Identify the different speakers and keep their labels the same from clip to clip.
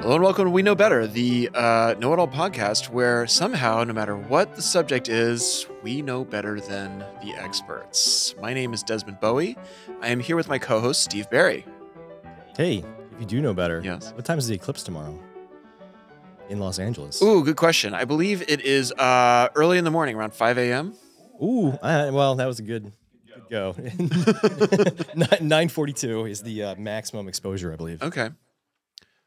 Speaker 1: Hello and welcome to We Know Better, the uh, Know It All podcast, where somehow, no matter what the subject is, we know better than the experts. My name is Desmond Bowie. I am here with my co host, Steve Barry.
Speaker 2: Hey, if you do know better,
Speaker 1: Yes.
Speaker 2: what time is the eclipse tomorrow? In Los Angeles.
Speaker 1: Ooh, good question. I believe it is uh, early in the morning, around 5 a.m.
Speaker 2: Ooh, I- well, that was a good, good go. Nine forty-two is the uh, maximum exposure, I believe.
Speaker 1: Okay.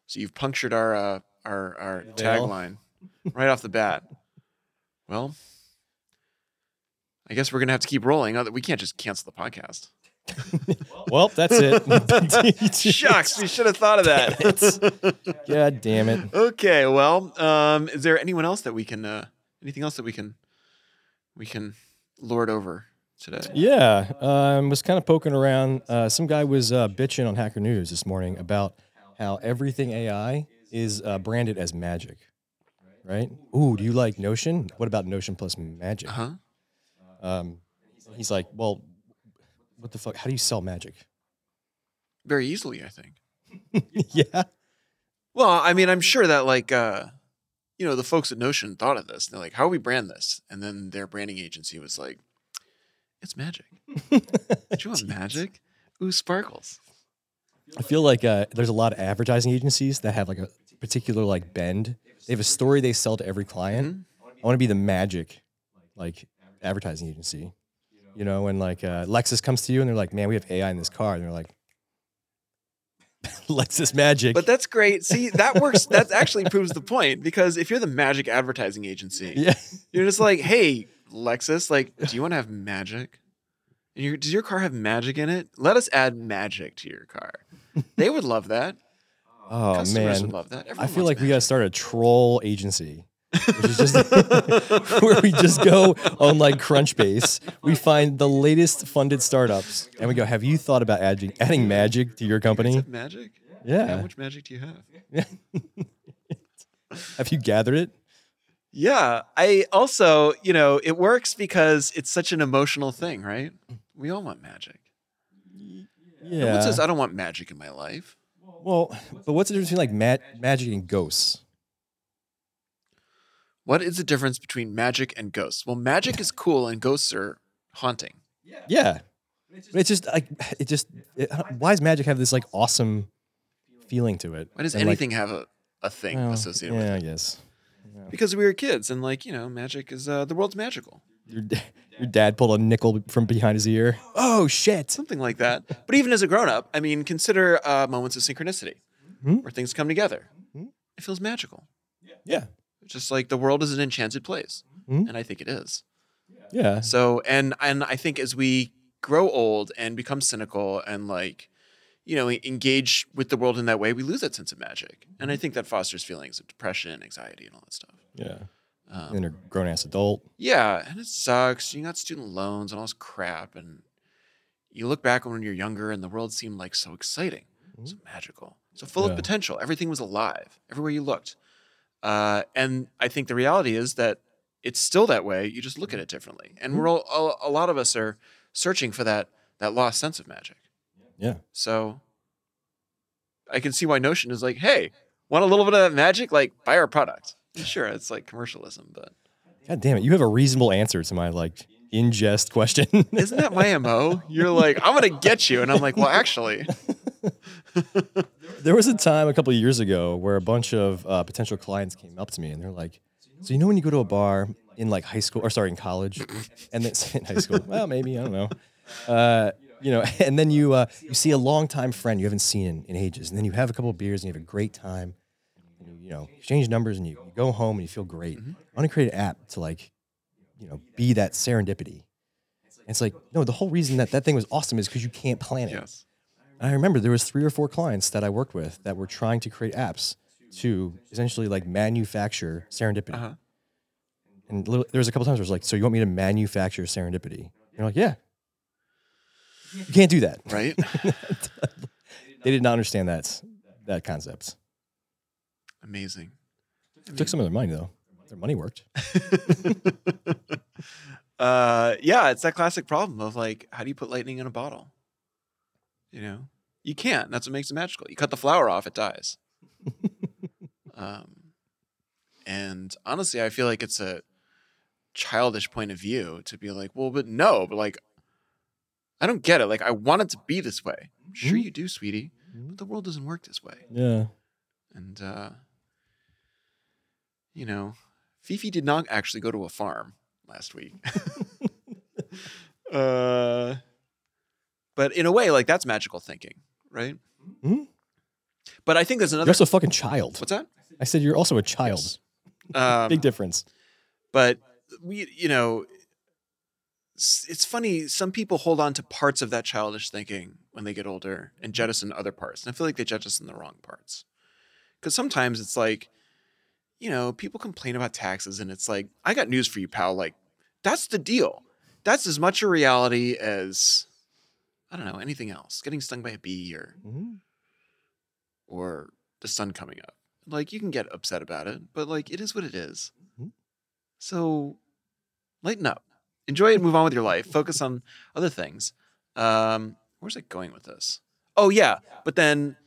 Speaker 1: So you've punctured our, uh, our, our
Speaker 2: Veil.
Speaker 1: tagline right off the bat. Well, I guess we're going to have to keep rolling. Other- We can't just cancel the podcast.
Speaker 2: Well, that's it.
Speaker 1: Shucks, we should have thought of that.
Speaker 2: God damn it!
Speaker 1: Okay, well, um, is there anyone else that we can uh, anything else that we can we can lord over today?
Speaker 2: Yeah, um, was kind of poking around. Uh, some guy was uh, bitching on Hacker News this morning about how everything AI is uh, branded as magic, right? Ooh, do you like Notion? What about Notion plus Magic?
Speaker 1: Huh?
Speaker 2: Um, he's like, well, what the fuck? How do you sell magic?
Speaker 1: Very easily, I think.
Speaker 2: yeah.
Speaker 1: Well, I mean, I'm sure that like uh, you know, the folks at Notion thought of this. They're like, how do we brand this? And then their branding agency was like, It's magic. Do you want magic? Ooh, sparkles.
Speaker 2: I feel like uh, there's a lot of advertising agencies that have like a particular like bend. They have a story they sell to every client. I want to be the magic, like advertising agency, you know. And like uh, Lexus comes to you and they're like, "Man, we have AI in this car," and they're like, "Lexus magic."
Speaker 1: But that's great. See, that works. That actually proves the point because if you're the magic advertising agency,
Speaker 2: yeah.
Speaker 1: You're just like, hey, Lexus, like, do you want to have magic? And your does your car have magic in it? Let us add magic to your car. They would love that.
Speaker 2: Oh
Speaker 1: Customers
Speaker 2: man.
Speaker 1: would love that.
Speaker 2: I
Speaker 1: Everyone
Speaker 2: feel like
Speaker 1: wants
Speaker 2: we gotta start a troll agency. Which is just where we just go on like Crunchbase. We find the latest funded startups and we go, Have you thought about adding, adding magic to your company?
Speaker 1: magic. magic? How
Speaker 2: Yeah.
Speaker 1: much magic do you have?
Speaker 2: Have you gathered it?
Speaker 1: Yeah. I also, you know, it works because it's such an emotional thing, right? We all want magic.
Speaker 2: Yeah.
Speaker 1: Who says I don't want magic in my life?
Speaker 2: well, but what's the difference between like ma- magic and ghosts?
Speaker 1: What is the difference between magic and ghosts? Well, magic is cool and ghosts are haunting.
Speaker 2: Yeah. But it's just like, it just, it, why does magic have this like awesome feeling to it?
Speaker 1: Why does
Speaker 2: And, like,
Speaker 1: anything have a, a thing
Speaker 2: well,
Speaker 1: associated with it?
Speaker 2: yeah, I guess.
Speaker 1: because we were kids and like you know magic is uh, the world's magical
Speaker 2: Your, d- your dad pulled a nickel from behind his ear. Oh shit!
Speaker 1: something like that but even as a grown-up i mean consider uh, moments of synchronicity
Speaker 2: Mhm.
Speaker 1: where things come together
Speaker 2: Mhm.
Speaker 1: it feels magical
Speaker 2: Yeah,
Speaker 1: It's just like the world is an enchanted place
Speaker 2: Mhm.
Speaker 1: and i think it is
Speaker 2: yeah,
Speaker 1: so and and i think as we grow old and become cynical and like you know engage with the world in that way we lose that sense of magic and i think that fosters feelings of depression anxiety and all that stuff
Speaker 2: yeah.
Speaker 1: um,
Speaker 2: And then a grown ass adult.
Speaker 1: Yeah, and it sucks. You got student loans and all this crap, and you look back when you're younger, and the world seemed like so exciting, so magical, so full
Speaker 2: Yeah.
Speaker 1: of potential. Everything was alive everywhere you looked. Uh, and I think the reality is that it's still that way. You just look at it differently, and we're all a, a lot of us are searching for that that lost sense of magic.
Speaker 2: Yeah.
Speaker 1: So I can see why Notion is like, hey, want a little bit of that magic? Like, buy our product. Sure, it's like commercialism, but
Speaker 2: God damn it! You have a reasonable answer to my like ingest question.
Speaker 1: Isn't that my MO? You're like, I'm going to get you. And I'm like, well, actually,
Speaker 2: there was a time a couple of years ago where a bunch of uh, potential clients came up to me and they're like, "So you know when you go to a bar in like high school or sorry in college, and then in high school? Well, maybe I don't know. Uh, you know, and then you uh, you see a longtime friend you haven't seen in, in ages, and then you have a couple of beers and you have a great time. And you, you know, exchange numbers and you, you go home and you feel great. I want to create an app to like, you know, be that serendipity. And it's like, no, the whole reason that that thing was awesome is because you can't plan it.
Speaker 1: yes.
Speaker 2: And I remember there was three or four clients that I worked with that were trying to create apps to essentially like manufacture serendipity.
Speaker 1: Uh-huh.
Speaker 2: And little, there was a couple times where I was like, "So you want me to manufacture serendipity?" And they're like, "Yeah." You can't do that.
Speaker 1: Right?
Speaker 2: They did not understand that that concept.
Speaker 1: Amazing.
Speaker 2: Took some of their money though. Their money worked.
Speaker 1: uh, yeah, it's that classic problem of like, how do you put lightning in a bottle? You know, you can't. That's what makes it magical. You cut the flower off, it dies. Um, and honestly, I feel like it's a childish point of view to be like, well, but no, but like, I don't get it. Like, I want it to be this way. Sure,
Speaker 2: Mhm.
Speaker 1: you do, sweetie,
Speaker 2: Mhm.
Speaker 1: but the world doesn't work this way.
Speaker 2: Yeah.
Speaker 1: And, uh, you know, Fifi did not actually go to a farm last week. uh, but in a way, like, that's magical thinking, right?
Speaker 2: Mhm.
Speaker 1: But I think there's
Speaker 2: You're
Speaker 1: another.
Speaker 2: also a fucking child.
Speaker 1: What's that?
Speaker 2: I said you're also a child.
Speaker 1: Um,
Speaker 2: Big difference.
Speaker 1: but we you know s- it's funny some people hold on to parts of that childish thinking when they get older and jettison other parts and i feel like they jettison the wrong parts because sometimes it's like you know people complain about taxes and it's like i got news for you pal like that's the deal that's as much a reality as i don't know anything else getting stung by a bee or
Speaker 2: Mhm.
Speaker 1: or the sun coming up. Like you can get upset about it, but like it is what it is.
Speaker 2: Mhm.
Speaker 1: So lighten up. Enjoy it, move on with your life, focus on other things. Um where's it going with this? Oh yeah, but then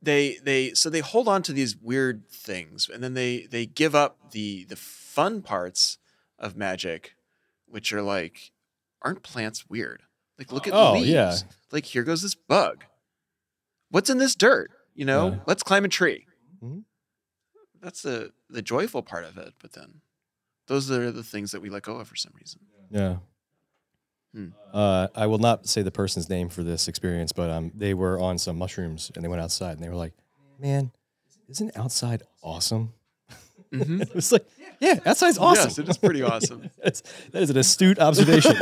Speaker 1: they they so they hold on to these weird things and then they they give up the the fun parts of magic which are like aren't plants weird? Like look at
Speaker 2: Oh,
Speaker 1: leaves
Speaker 2: yeah.
Speaker 1: like here goes this bug what's in this dirt you know
Speaker 2: Yeah.
Speaker 1: let's climb a tree
Speaker 2: Mhm.
Speaker 1: that's the the joyful part of it but then those are the things that we let go of for some reason
Speaker 2: Yeah.
Speaker 1: Hmm.
Speaker 2: Uh, I will not say the person's name for this experience, but um, they were on some mushrooms and they went outside and they were like, "Man, isn't outside awesome?"
Speaker 1: Mhm.
Speaker 2: It was like, "Yeah, outside's awesome."
Speaker 1: yes it is pretty awesome
Speaker 2: That's, that is an astute observation.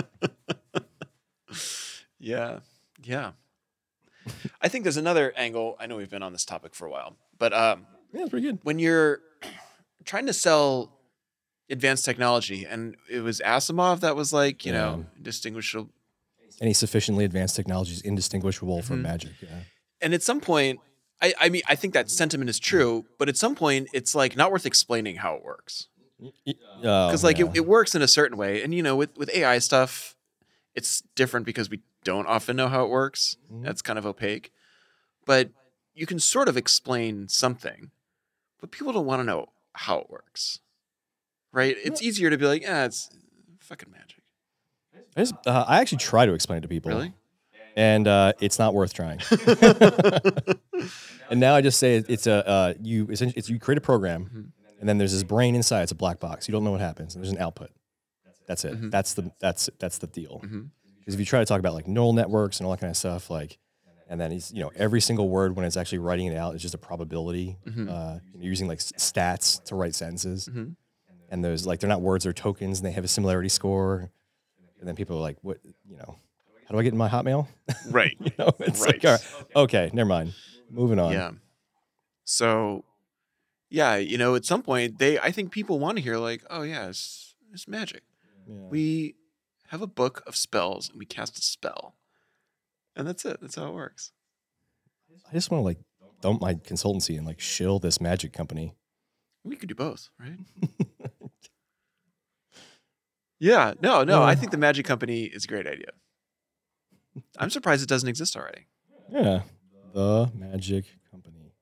Speaker 1: yeah yeah i think there's another angle i know we've been on this topic for a while but um
Speaker 2: yeah, pretty good.
Speaker 1: when you're trying to sell advanced technology and it was asimov that was like you know distinguishable
Speaker 2: Any sufficiently advanced technology is indistinguishable
Speaker 1: Mm-hmm.
Speaker 2: from magic. Yeah.
Speaker 1: and at some point I, I mean i think that sentiment is true but at some point it's like not worth explaining how it works
Speaker 2: uh, Oh,
Speaker 1: because like it, it works in a certain way and you know with, with ai stuff it's different because we don't often know how it works
Speaker 2: Mhm.
Speaker 1: that's kind of opaque but you can sort of explain something but people don't want to know how it works right it's easier to be like yeah it's fucking magic
Speaker 2: I, just, uh, I actually try to explain it to people.
Speaker 1: really
Speaker 2: and uh, it's not worth trying. and now I just say it- it's a uh, you essentially it's, you create a program, and then there's this brain inside. It's a black box. You don't know what happens. And there's an output. That's it. That's the that's that's the deal. Because
Speaker 1: Mhm.
Speaker 2: if you try to talk about like neural networks and all that kind of stuff, like, and then it's you know every single word when it's actually writing it out is just a probability.
Speaker 1: Mm-hmm.
Speaker 2: Uh, you're using like s- stats to write sentences,
Speaker 1: Mhm.
Speaker 2: and those like they're not words or tokens, and they have a similarity score. And then people are like, what you know. How do I get in my Hotmail?
Speaker 1: right
Speaker 2: You know, it's like,
Speaker 1: Right.
Speaker 2: all right, okay, never mind. Moving on.
Speaker 1: Yeah. So, yeah, you know, at some point, they I think people want to hear like, oh yeah, it's, it's magic.
Speaker 2: Yeah.
Speaker 1: We have a book of spells and we cast a spell, and that's it. That's how it works.
Speaker 2: I just want to like dump my consultancy and like shill this magic company.
Speaker 1: We could do both, right? yeah. No. No. I
Speaker 2: Yeah.
Speaker 1: think the magic company is a great idea. I'm surprised it doesn't exist already.
Speaker 2: Yeah. The magic company.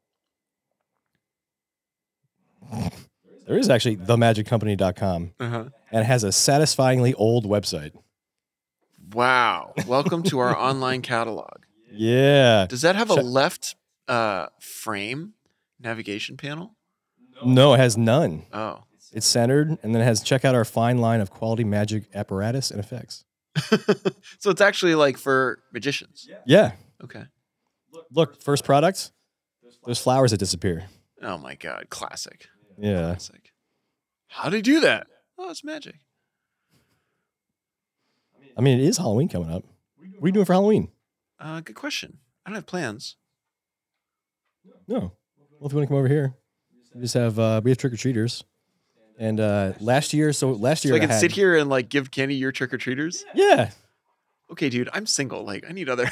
Speaker 2: There is actually themagiccompany.com
Speaker 1: Uh huh.
Speaker 2: and it has a satisfyingly old website.
Speaker 1: Wow. Welcome to our online catalog.
Speaker 2: Yeah.
Speaker 1: Does that have a
Speaker 2: Check-
Speaker 1: left uh, frame navigation panel?
Speaker 2: No, it has none.
Speaker 1: Oh.
Speaker 2: It's centered and then it has check out our fine line of quality magic apparatus and effects.
Speaker 1: So it's actually like for magicians.
Speaker 2: Yeah.
Speaker 1: Okay.
Speaker 2: Look, first product, those flowers that disappear.
Speaker 1: Oh my god, classic.
Speaker 2: Yeah.
Speaker 1: Classic. How do you do that? Oh, it's magic.
Speaker 2: I mean, it is Halloween coming up. What are you doing for Halloween?
Speaker 1: Uh, good question. I don't have plans.
Speaker 2: No. Well, if you want to come over here, we just have uh, we have trick or treaters, and uh, last year, so last year
Speaker 1: So I can
Speaker 2: had-
Speaker 1: sit here and like give candy your trick or treaters.
Speaker 2: Yeah.
Speaker 1: Okay, dude, I'm single. Like I need other.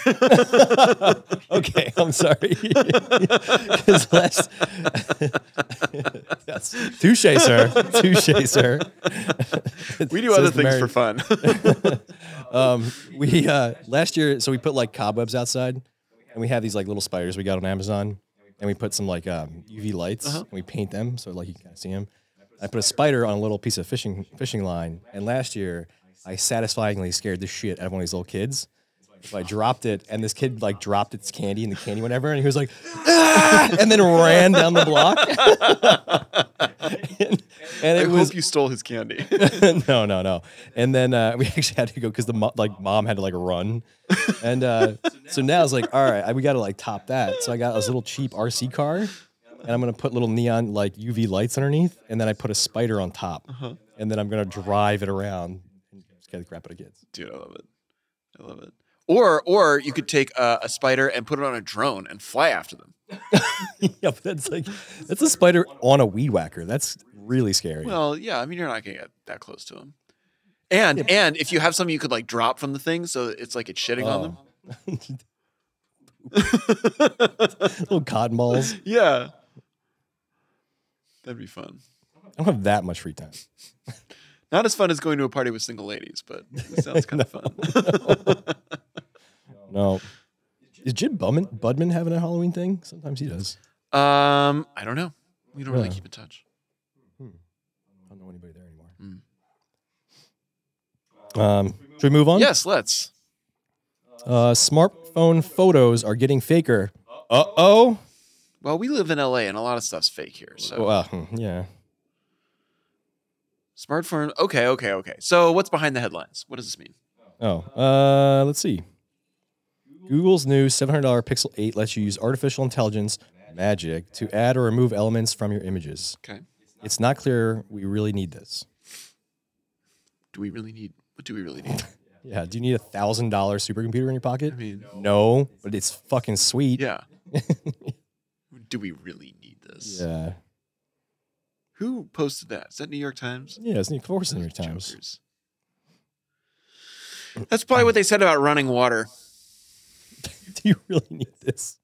Speaker 2: okay, I'm sorry. 'Cause last. Yes. Touche, sir. Touche, sir.
Speaker 1: we do
Speaker 2: Says
Speaker 1: other
Speaker 2: the
Speaker 1: things for
Speaker 2: married-
Speaker 1: fun.
Speaker 2: um, we uh, last year, so we put like cobwebs outside, and we have these like little spiders we got on Amazon, and we put some like um, UV lights
Speaker 1: Uh-huh.
Speaker 2: and we paint them so like you can kind of see them. I put a spider on a little piece of fishing fishing line, and last year I satisfyingly scared the shit out of one of these little kids. So I dropped it, and this kid like dropped its candy, and the candy went everywhere, and he was like, "Ah!" and then ran down the block. and, and
Speaker 1: I
Speaker 2: it was
Speaker 1: hope you stole his candy.
Speaker 2: no, no, no. And then uh, we actually had to go because the mo- like mom had to like run, and uh, so now it's like, all right, I- we got to like top that. So I got this little cheap RC car, and I'm gonna put little neon like UV lights underneath, and then I put a spider on top,
Speaker 1: Uh-huh.
Speaker 2: and then I'm gonna drive it around and scare the crap out of kids.
Speaker 1: Dude, I love it. I love it. Or or you could take a, a spider and put it on a drone and fly after them.
Speaker 2: yeah, but that's like that's a spider on a weed whacker. That's really scary.
Speaker 1: Well, yeah, I mean you're not gonna get that close to them. And and if you have something you could like drop from the thing, so it's like it's shitting on
Speaker 2: Oh.
Speaker 1: them. Oh.
Speaker 2: little cotton balls.
Speaker 1: Yeah, that'd be fun.
Speaker 2: I don't have that much free time.
Speaker 1: Not as fun as going to a party with single ladies, but it sounds kind of fun.
Speaker 2: No. Is Jim Budman, Budman having a Halloween thing? Sometimes he does.
Speaker 1: Um, I don't know. We don't really
Speaker 2: Yeah.
Speaker 1: keep in touch.
Speaker 2: I don't know anybody there anymore. Um, should we move on?
Speaker 1: Yes, let's.
Speaker 2: Uh, smartphone photos are getting faker. Uh oh.
Speaker 1: Well, we live in LA, and a lot of stuff's fake here. So
Speaker 2: Well, hmm, yeah.
Speaker 1: smartphone. Okay, okay, okay. So what's behind the headlines? What does this mean?
Speaker 2: Oh, uh, let's see. Google's new $700 Pixel 8 lets you use artificial intelligence magic to add or remove elements from your images.
Speaker 1: Okay.
Speaker 2: It's not clear we really need this.
Speaker 1: Do we really need? What do we really need?
Speaker 2: Yeah. Do you need a $1,000 supercomputer in your pocket?
Speaker 1: I mean,
Speaker 2: No, but it's fucking sweet.
Speaker 1: yeah. do we really need this?
Speaker 2: Yeah.
Speaker 1: Who posted that? Is that New York Times?
Speaker 2: Yeah, it's New York New York Times.
Speaker 1: Jokers. That's probably what they said about running water.
Speaker 2: Do you really need this?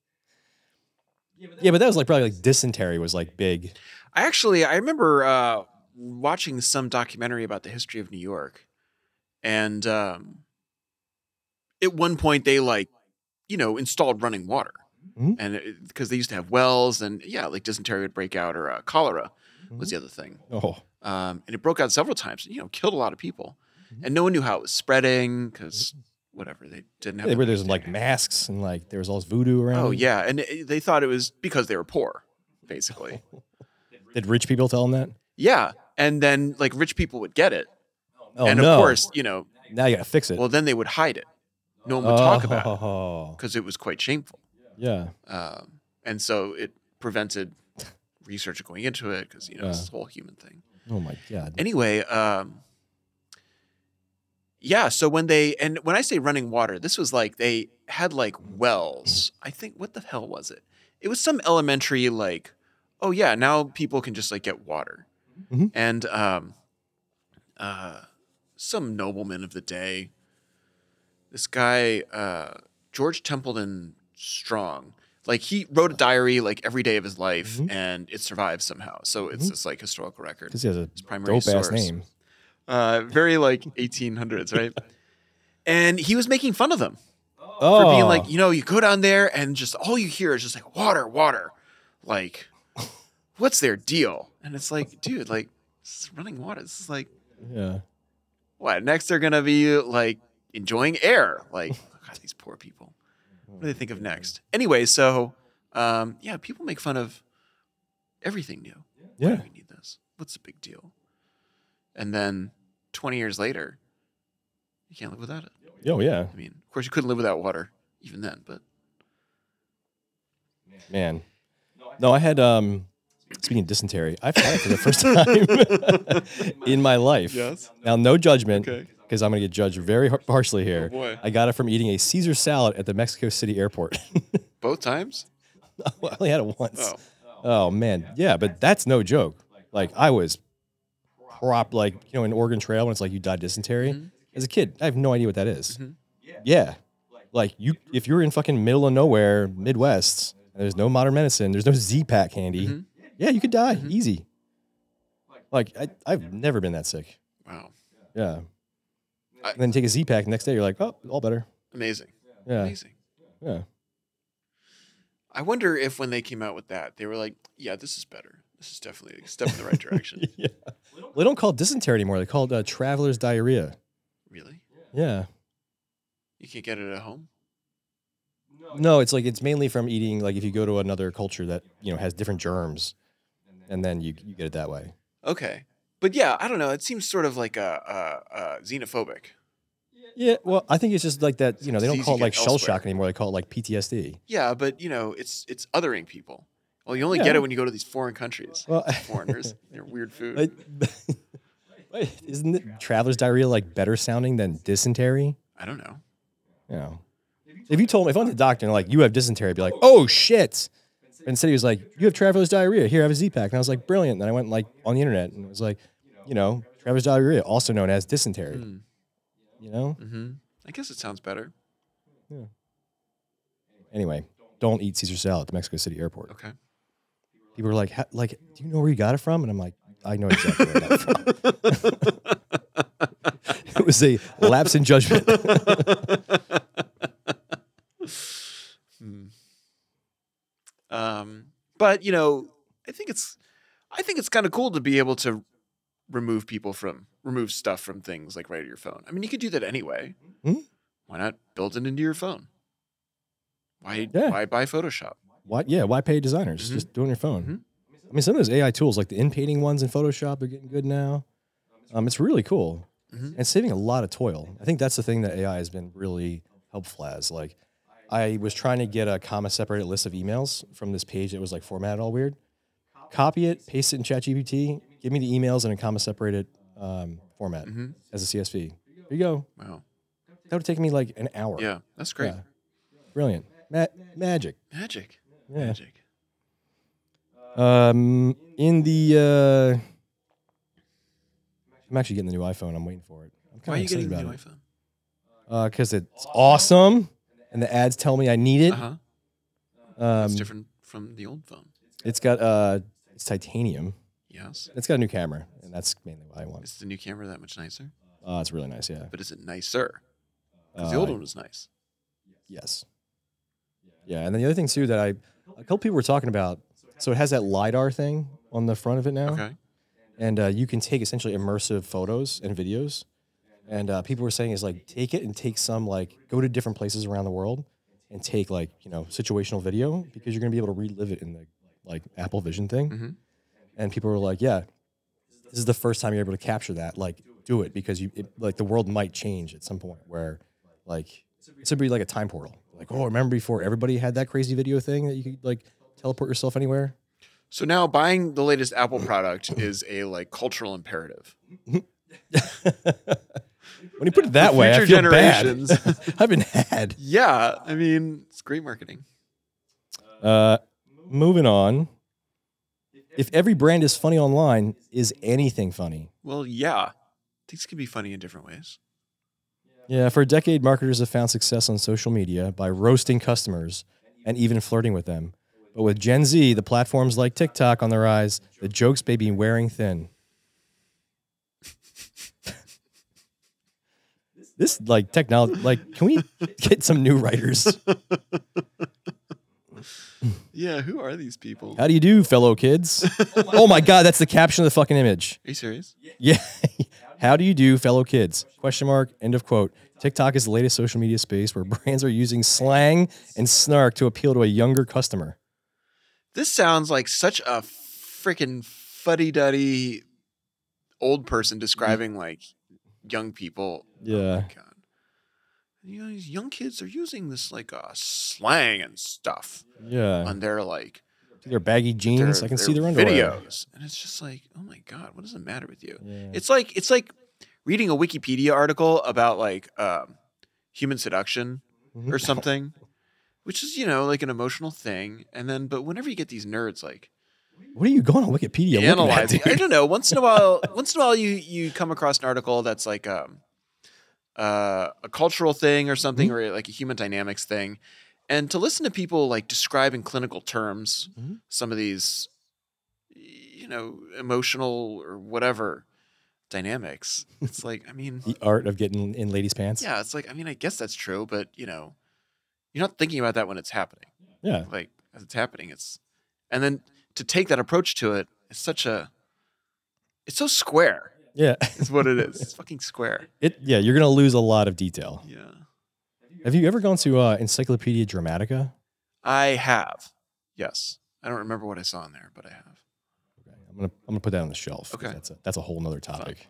Speaker 2: Yeah, but that was like probably like dysentery was like big.
Speaker 1: I actually I remember uh, watching some documentary about the history of New York, and um, at one point they like you know installed running water,
Speaker 2: Mhm.
Speaker 1: and because they used to have wells, and yeah, like dysentery would break out or uh, cholera was the other thing,
Speaker 2: Oh,
Speaker 1: um, and it broke out several times. You know, killed a lot of people,
Speaker 2: Mm-hmm.
Speaker 1: and no one knew how it was spreading because whatever they didn't have.
Speaker 2: yeah,
Speaker 1: the
Speaker 2: where there's
Speaker 1: understanding.
Speaker 2: like masks and like there was all this voodoo around.
Speaker 1: oh yeah, and it, they thought it was because they were poor, basically.
Speaker 2: Did rich people tell them that?
Speaker 1: yeah, and then like rich people would get it.
Speaker 2: Oh
Speaker 1: and of
Speaker 2: no.
Speaker 1: course, you know,
Speaker 2: now you gotta fix it.
Speaker 1: well, then they would hide it. No one would talk about it
Speaker 2: Oh,
Speaker 1: because it was quite shameful.
Speaker 2: Yeah.
Speaker 1: Um, and so it prevented research going into it because, you know, it's this whole human thing.
Speaker 2: Oh my god.
Speaker 1: Anyway, um, yeah, so when they, and when I say running water, this was like they had like wells. I think, what the hell was it? It was some elementary, like, oh yeah, now people can just like get water.
Speaker 2: Mhm.
Speaker 1: And um, uh, some nobleman of the day, this guy, uh, George Templeton Strong, like he wrote a diary like every day of his life and it survived somehow. So it's this like historical record.
Speaker 2: Because he has a
Speaker 1: primary
Speaker 2: dope ass
Speaker 1: source.
Speaker 2: name.
Speaker 1: Uh, very like 1800s, right? and he was making fun of them
Speaker 2: Oh,
Speaker 1: for being like, you know, you go down there and just all you hear is just like water, water. Like, what's their deal? And it's like, dude, like, this is running water. This is like,
Speaker 2: yeah.
Speaker 1: what? Next, they're going to be like enjoying air. Like, God, these poor people. What do they think of next? Anyway, so um, yeah, people make fun of everything new. Why
Speaker 2: Yeah.
Speaker 1: do we need this? What's the big deal? And then 20 years later, you can't live without it.
Speaker 2: Oh yeah.
Speaker 1: I mean, of course, you couldn't live without water even then, but
Speaker 2: Man. No, I had um speaking of dysentery, I've had it for the first time in my life.
Speaker 1: Yes.
Speaker 2: Now no judgment
Speaker 1: Okay.
Speaker 2: because I'm gonna get judged very har- harshly here.
Speaker 1: boy.
Speaker 2: I got it from eating a Caesar salad at the Mexico City airport.
Speaker 1: both times.
Speaker 2: I only had it once.
Speaker 1: Oh,
Speaker 2: Oh, man. Yeah, but that's no joke. Like I was prop like, you know, in Oregon Trail when it's like you die dysentery.
Speaker 1: Mm-hmm.
Speaker 2: As a kid, I have no idea what that is. Yeah. Like you if you're in fucking middle of nowhere, Midwest, and there's no modern medicine, there's no Z pack handy.
Speaker 1: Mm-hmm.
Speaker 2: Yeah, you could die. Easy. Like I, I've never been that sick.
Speaker 1: wow.
Speaker 2: Yeah.
Speaker 1: I-
Speaker 2: and then take a Z pack next day, you're like, oh, all better.
Speaker 1: Amazing.
Speaker 2: Yeah.
Speaker 1: Amazing.
Speaker 2: Yeah.
Speaker 1: I wonder if when they came out with that, they were like, "Yeah, this is better. This is definitely a step in the right direction."
Speaker 2: yeah. Well, they don't call it dysentery anymore. They call it uh, traveler's diarrhea.
Speaker 1: really?
Speaker 2: Yeah.
Speaker 1: You can't get it at home.
Speaker 2: No, it's like it's mainly from eating. Like if you go to another culture that you know has different germs, and then you you get it that way.
Speaker 1: Okay, but yeah, I don't know. It seems sort of like a, a, a xenophobic.
Speaker 2: Yeah. Well, I think it's just like that. You know, they
Speaker 1: It's
Speaker 2: don't
Speaker 1: easy
Speaker 2: call it
Speaker 1: to
Speaker 2: like
Speaker 1: get
Speaker 2: shell
Speaker 1: elsewhere.
Speaker 2: shock anymore. They call it like PTSD.
Speaker 1: Yeah, but you know, it's it's othering people. Well, you only
Speaker 2: Yeah.
Speaker 1: get it when you go to these foreign countries.
Speaker 2: Well,
Speaker 1: Foreigners, their weird food.
Speaker 2: But, but isn't it traveler's diarrhea like better sounding than dysentery?
Speaker 1: I don't know.
Speaker 2: You know, if you told me, if I went to the doctor and like you have dysentery, I'd be like, oh shit. But instead, he was like, you have traveler's diarrhea. Here, have a Z pack. And I was like, brilliant. Then I went like on the internet and it was like, you know, traveler's diarrhea, also known as dysentery. You know.
Speaker 1: Mm-hmm. I guess it sounds better.
Speaker 2: Anyway, don't eat Caesar salad at the Mexico City airport.
Speaker 1: Okay.
Speaker 2: People were like, "Ha- like, do you know where you got it from? And I'm like, I know exactly where I got it from. it was a lapse in judgment.
Speaker 1: Hmm. Um, but you know, I think it's, I think it's kind of cool to be able to remove people from remove stuff from things like right at your phone. I mean, you could do that anyway.
Speaker 2: Mhm.
Speaker 1: Why not build it into your phone? Why
Speaker 2: Yeah.
Speaker 1: why buy Photoshop?
Speaker 2: Why? Yeah, why pay designers?
Speaker 1: Mhm.
Speaker 2: Just do it on your phone.
Speaker 1: Mhm.
Speaker 2: I mean, some of those AI tools, like the inpainting ones in Photoshop, are getting good now. Um, it's really cool
Speaker 1: Mhm.
Speaker 2: and saving a lot of toil. I think that's the thing that AI has been really helpful as. Like, I was trying to get a comma separated list of emails from this page that was like formatted all weird. Copy it, paste it in ChatGPT, give me the emails in a comma separated um, format
Speaker 1: Mhm.
Speaker 2: as a CSV. Here you go.
Speaker 1: Wow.
Speaker 2: That would have taken me like an hour.
Speaker 1: Yeah, that's great.
Speaker 2: Yeah. Brilliant. Ma- magic.
Speaker 1: Magic.
Speaker 2: Yeah.
Speaker 1: Magic.
Speaker 2: Um, in the, uh, I'm actually getting the new iPhone. I'm waiting for it. I'm
Speaker 1: Why are
Speaker 2: kind of
Speaker 1: you
Speaker 2: excited
Speaker 1: getting the
Speaker 2: about
Speaker 1: new
Speaker 2: it
Speaker 1: iPhone?
Speaker 2: because it's awesome, and the ads tell me I need it.
Speaker 1: Uh huh. It's
Speaker 2: Um,
Speaker 1: different from the old phone.
Speaker 2: it's got uh, it's titanium.
Speaker 1: Yes.
Speaker 2: It's got a new camera, and that's mainly what I want.
Speaker 1: Is the new camera that much nicer?
Speaker 2: Uh, it's really nice. Yeah.
Speaker 1: But is it nicer? Because
Speaker 2: Uh,
Speaker 1: the old one was nice.
Speaker 2: Yes. Yeah, and then the other thing too that I, a couple people were talking about. So it has that lidar thing on the front of it now.
Speaker 1: Okay.
Speaker 2: and uh, you can take essentially immersive photos and videos. And uh, people were saying is like take it and take some like go to different places around the world and take like you know situational video because you're gonna be able to relive it in the like Apple Vision thing.
Speaker 1: Mhm.
Speaker 2: And people were like, yeah, this is the first time you're able to capture that. Like do it because you it, like the world might change at some point where like it's gonna be like a time portal. Like oh remember before everybody had that crazy video thing that you could like teleport yourself anywhere.
Speaker 1: So now buying the latest Apple product is a like cultural imperative.
Speaker 2: When you put it that way, I
Speaker 1: future
Speaker 2: feel bad.
Speaker 1: generations.
Speaker 2: I've been had.
Speaker 1: Yeah, I mean it's great marketing.
Speaker 2: Uh, moving on. If every brand is funny online, is anything funny?
Speaker 1: Well, yeah, things can be funny in different ways.
Speaker 2: Yeah, for a decade, marketers have found success on social media by roasting customers and even flirting with them. But with Gen Z, the platforms like TikTok on the rise, the jokes may be wearing thin. this like technology, like, can we get some new writers?
Speaker 1: Yeah, who are these people?
Speaker 2: How do you do, fellow kids? oh my God, that's the caption of the fucking image.
Speaker 1: Are you serious?
Speaker 2: Yeah. How do you do, fellow kids? Question mark. End of quote. TikTok is the latest social media space where brands are using slang and snark to appeal to a younger customer.
Speaker 1: This sounds like such a freaking fuddy-duddy old person describing like young people. Oh
Speaker 2: Yeah.
Speaker 1: my God. You know, these young kids are using this like uh, slang and stuff
Speaker 2: Yeah.
Speaker 1: on their like
Speaker 2: Their baggy jeans.
Speaker 1: their-
Speaker 2: I can
Speaker 1: their
Speaker 2: see their underwear.
Speaker 1: videos, and it's just like, oh my god, what does it matter with you?
Speaker 2: Yeah.
Speaker 1: It's like it's like reading a Wikipedia article about like um, human seduction
Speaker 2: Mm-hmm.
Speaker 1: or something, which is you know like an emotional thing, and then but whenever you get these nerds like
Speaker 2: What are you going on Wikipedia? looking at,
Speaker 1: analyzing, I
Speaker 2: dude?
Speaker 1: don't know. Once in a while, once in a while, you you come across an article that's like um, uh, a cultural thing or something,
Speaker 2: Mm-hmm.
Speaker 1: or like a human dynamics thing, and to listen to people like describe in clinical terms
Speaker 2: Mhm.
Speaker 1: some of these, you know, emotional or whatever dynamics. It's like, I mean,
Speaker 2: The art of getting in ladies' pants.
Speaker 1: yeah, it's like, I mean, I guess that's true, but you know, you're not thinking about that when it's happening.
Speaker 2: Yeah.
Speaker 1: Like, as it's happening. It's and then to take that approach to it, it's such a it's so square.
Speaker 2: Yeah.
Speaker 1: Is what it is. It's fucking square.
Speaker 2: It yeah, you're gonna lose a lot of detail.
Speaker 1: Yeah.
Speaker 2: Have you ever gone to uh, Encyclopedia Dramatica?
Speaker 1: I have. Yes. I don't remember what I saw in there, but I have.
Speaker 2: Okay, I'm gonna I'm gonna put that on the shelf. 'cause
Speaker 1: Okay.
Speaker 2: That's a that's a whole nother topic.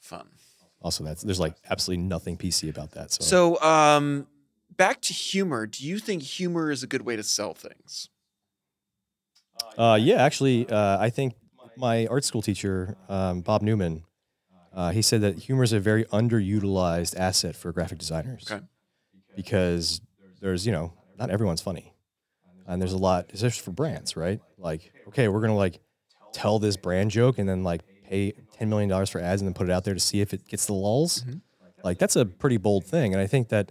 Speaker 1: Fun.
Speaker 2: Also, that's there's like absolutely nothing PC about that. So,
Speaker 1: So, um, back to humor. Do you think humor is a good way to sell things?
Speaker 2: uh, yeah, actually, uh, I think my art school teacher, um, Bob Newman, uh, he said that humor is a very underutilized asset for graphic designers.
Speaker 1: Okay.
Speaker 2: Because there's you know not everyone's funny, and there's a lot especially for brands, right? Like okay, we're gonna like tell this brand joke and then like pay ten million dollars for ads and then put it out there to see if it gets the lulls. Like that's a pretty bold thing, and I think that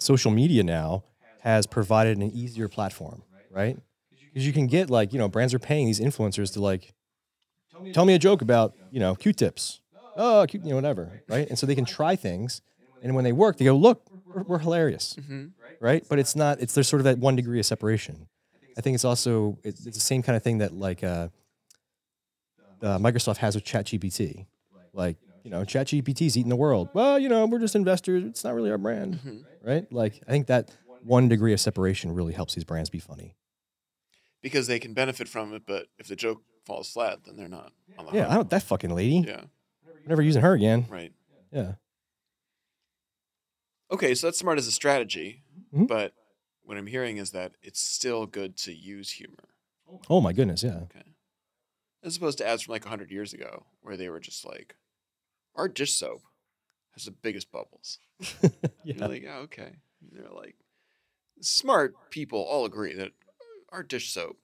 Speaker 2: social media now has provided an easier platform, right? Because you can get like you know brands are paying these influencers to like tell me a joke about you know Q-tips, oh Q, you know whatever, right? And so they can try things, and when they work, they go look we're, we're hilarious,
Speaker 1: Mm-hmm.
Speaker 2: right? But it's not. It's there's sort of that one degree of separation. I think it's also it's, it's the same kind of thing that like uh, uh, Microsoft has with ChatGPT. Like you know, ChatGPT's eating the world. Well, you know, we're just investors. It's not really our brand, right? Like I think that one degree of separation really helps these brands be funny.
Speaker 1: Because they can benefit from it, but if the joke falls flat, then they're not on the
Speaker 2: Yeah, I
Speaker 1: hook.
Speaker 2: don't that fucking lady.
Speaker 1: Yeah.
Speaker 2: We're never using her again.
Speaker 1: Right.
Speaker 2: Yeah.
Speaker 1: Okay, so that's smart as a strategy,
Speaker 2: Mhm.
Speaker 1: but what I'm hearing is that it's still good to use humor
Speaker 2: Oh my goodness. Yeah.
Speaker 1: as opposed to ads from like 100 years ago where they were just like, our dish soap has the biggest bubbles. And
Speaker 2: Yeah.
Speaker 1: You're like, oh, okay. And They're like, smart people all agree that our dish soap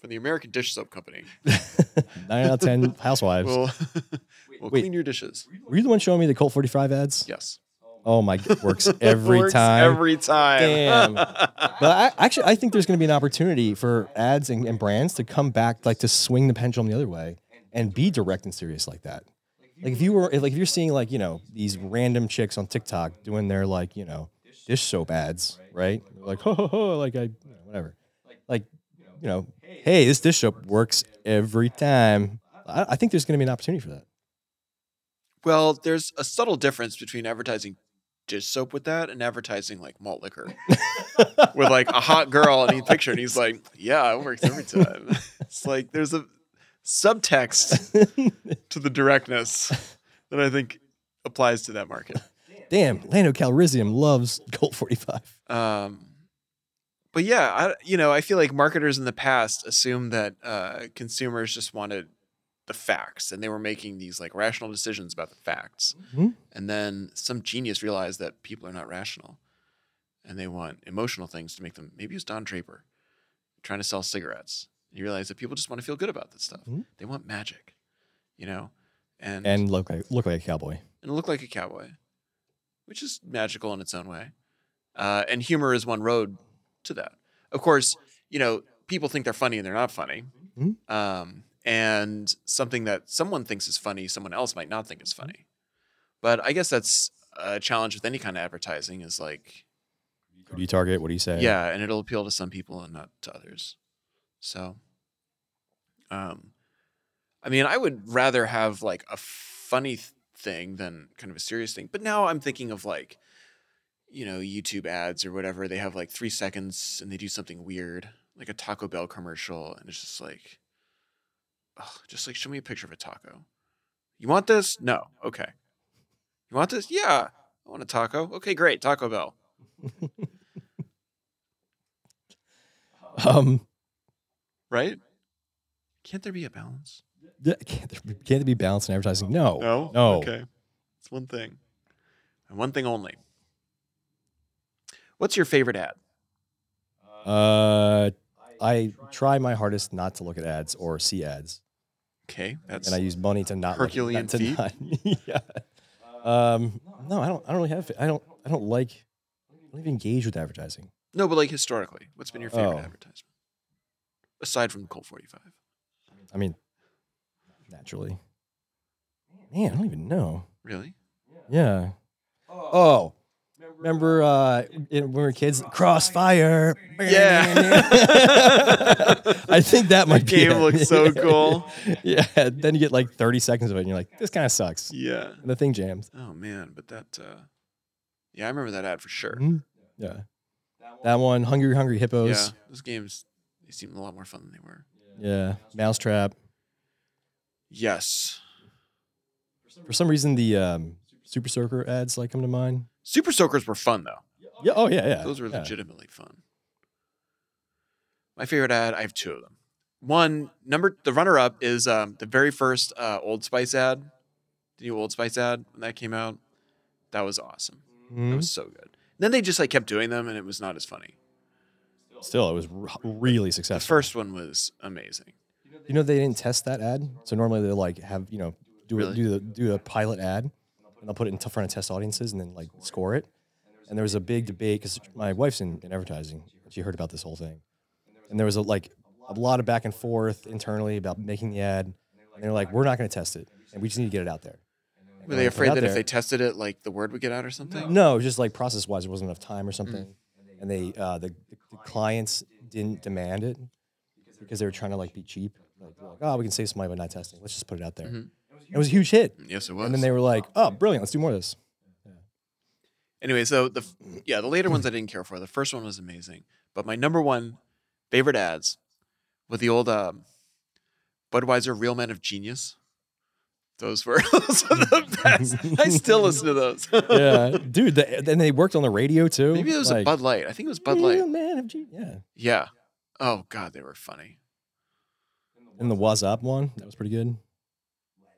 Speaker 1: from the American Dish Soap Company
Speaker 2: Nine out of ten housewives.
Speaker 1: will, will
Speaker 2: Wait.
Speaker 1: clean your dishes.
Speaker 2: Were you the one showing me the Colt 45 ads?
Speaker 1: Yes.
Speaker 2: Oh my, g- works every
Speaker 1: Works
Speaker 2: time.
Speaker 1: Every time.
Speaker 2: Damn. but I, actually, I think there's going to be an opportunity for ads and, and brands to come back, like to swing the pendulum the other way and be direct and serious like that. Like if you were, like if you're seeing like you know these random chicks on TikTok doing their like you know dish soap ads, right? Like ho ho ho, like I you know, whatever. Like you know, hey, this dish soap works every time. I, I think there's going to be an opportunity for that.
Speaker 1: Well, there's a subtle difference between advertising dish soap with that and advertising like malt liquor with like a hot girl and he picture and he's like, yeah, it works every time. it's like there's a subtext to the directness that I think applies to that market.
Speaker 2: Damn, Lando Calrissian loves Colt 45.
Speaker 1: Um, but yeah, I you know I feel like marketers in the past assumed that uh, consumers just wanted the facts, and they were making these like rational decisions about the facts.
Speaker 2: Mhm.
Speaker 1: And then some genius realized that people are not rational, and they want emotional things to make them. Maybe it was Don Draper trying to sell cigarettes. You realize that people just want to feel good about this stuff.
Speaker 2: Mhm.
Speaker 1: They want magic, you know, and
Speaker 2: And look like look like a cowboy.
Speaker 1: and look like a cowboy, which is magical in its own way. Uh, and humor is one road to that. Of course, you know, people think they're funny and they're not funny.
Speaker 2: Mhm.
Speaker 1: Um, and something that someone thinks is funny, someone else might not think is funny. But I guess that's a challenge with any kind of advertising is like,
Speaker 2: Who do you target? What do you say?
Speaker 1: yeah, and it'll appeal to some people and not to others. So, um, I mean, I would rather have like a funny th- thing than kind of a serious thing. But now I'm thinking of like, you know, YouTube ads or whatever. They have like three seconds and they do something weird, like a Taco Bell commercial, and it's just like, ugh, just like show me a picture of a taco. You want this? No. Okay. You want this? Yeah. I want a taco. Okay, great. Taco Bell.
Speaker 2: Um,
Speaker 1: right? Can't there be a balance?
Speaker 2: th- can't there, be- can't there be balance in advertising? No.
Speaker 1: No.
Speaker 2: No.
Speaker 1: Okay. It's one thing. And one thing only. What's your favorite ad?
Speaker 2: Uh, I try my hardest not to look at ads or see ads,
Speaker 1: Okay. That's
Speaker 2: and I use money to not
Speaker 1: Herculean
Speaker 2: look at,
Speaker 1: feat?
Speaker 2: not, to not, yeah. Um, no, I don't. I don't really have. I don't. I don't like. I don't even engage with advertising.
Speaker 1: no, but like historically, what's been your favorite
Speaker 2: Oh.
Speaker 1: advertisement? Aside from Colt 45.
Speaker 2: I mean, naturally. Man, I don't even know.
Speaker 1: Really?
Speaker 2: Yeah. Oh, remember, Remember uh, in- when we were kids? Crossfire.
Speaker 1: Yeah.
Speaker 2: I think that might be.
Speaker 1: Game
Speaker 2: it.
Speaker 1: looks so cool.
Speaker 2: yeah. Then you get like 30 seconds of it, and you're like, this kind of sucks.
Speaker 1: Yeah.
Speaker 2: And the thing jams.
Speaker 1: Oh man, but that. uh Yeah, I remember that ad for sure.
Speaker 2: Mhm. Yeah. That one, Hungry Hungry
Speaker 1: Yeah,
Speaker 2: Hippos.
Speaker 1: those games they seemed a lot more fun than they were.
Speaker 2: Yeah. Mousetrap.
Speaker 1: Yes,
Speaker 2: For some reason, the um, Super Soaker ads like come to mind.
Speaker 1: Super Soakers were fun though.
Speaker 2: Yeah. Oh yeah. Yeah.
Speaker 1: Those were
Speaker 2: yeah.
Speaker 1: legitimately fun. My favorite ad, I have two of them. One number, the runner-up is um, the very first uh, Old Spice ad, the new Old Spice ad when that came out. That was awesome. That
Speaker 2: Mhm.
Speaker 1: was so good. Then they just like kept doing them, and it was not as funny.
Speaker 2: Still, it was r- really
Speaker 1: The
Speaker 2: successful.
Speaker 1: first one was amazing.
Speaker 2: You know they didn't test that ad, so normally they like have you know do
Speaker 1: Really?
Speaker 2: a, do the do a pilot ad, and they'll put it in t- front of test audiences and then like score it. And there was a big debate because my wife's in, in advertising, and she heard about this whole thing, and there was a, like a lot of back and forth internally about making the ad, and they're like, we're not going to test it, and we just need to get it out there.
Speaker 1: Were they
Speaker 2: when I put it
Speaker 1: afraid
Speaker 2: out
Speaker 1: that if
Speaker 2: there-
Speaker 1: they tested it, like the word would get out or something?
Speaker 2: No, it was just like process wise, there wasn't enough time or something,
Speaker 1: Mm.
Speaker 2: and they uh, the, the clients didn't demand it because they were trying to like be cheap. Like, like, oh, we can save some money by not testing. Let's just put it out there.
Speaker 1: Mhm.
Speaker 2: It was a huge hit,
Speaker 1: Yes, it was.
Speaker 2: and then they were like, oh, brilliant, let's do more of this.
Speaker 1: Anyway, so the f- yeah, the later ones I didn't care for. The first one was amazing, but my number one favorite ads were the old um, Budweiser Real Men of Genius. Those were those were the best. I still listen to those.
Speaker 2: Yeah, dude, the, then they worked on the radio too.
Speaker 1: Maybe it was a
Speaker 2: like,
Speaker 1: Bud Light. I think it was Bud
Speaker 2: "Yeah,
Speaker 1: Light.
Speaker 2: man, of G-" yeah.
Speaker 1: Yeah. Oh God, they were funny.
Speaker 2: And the was up one that was pretty good.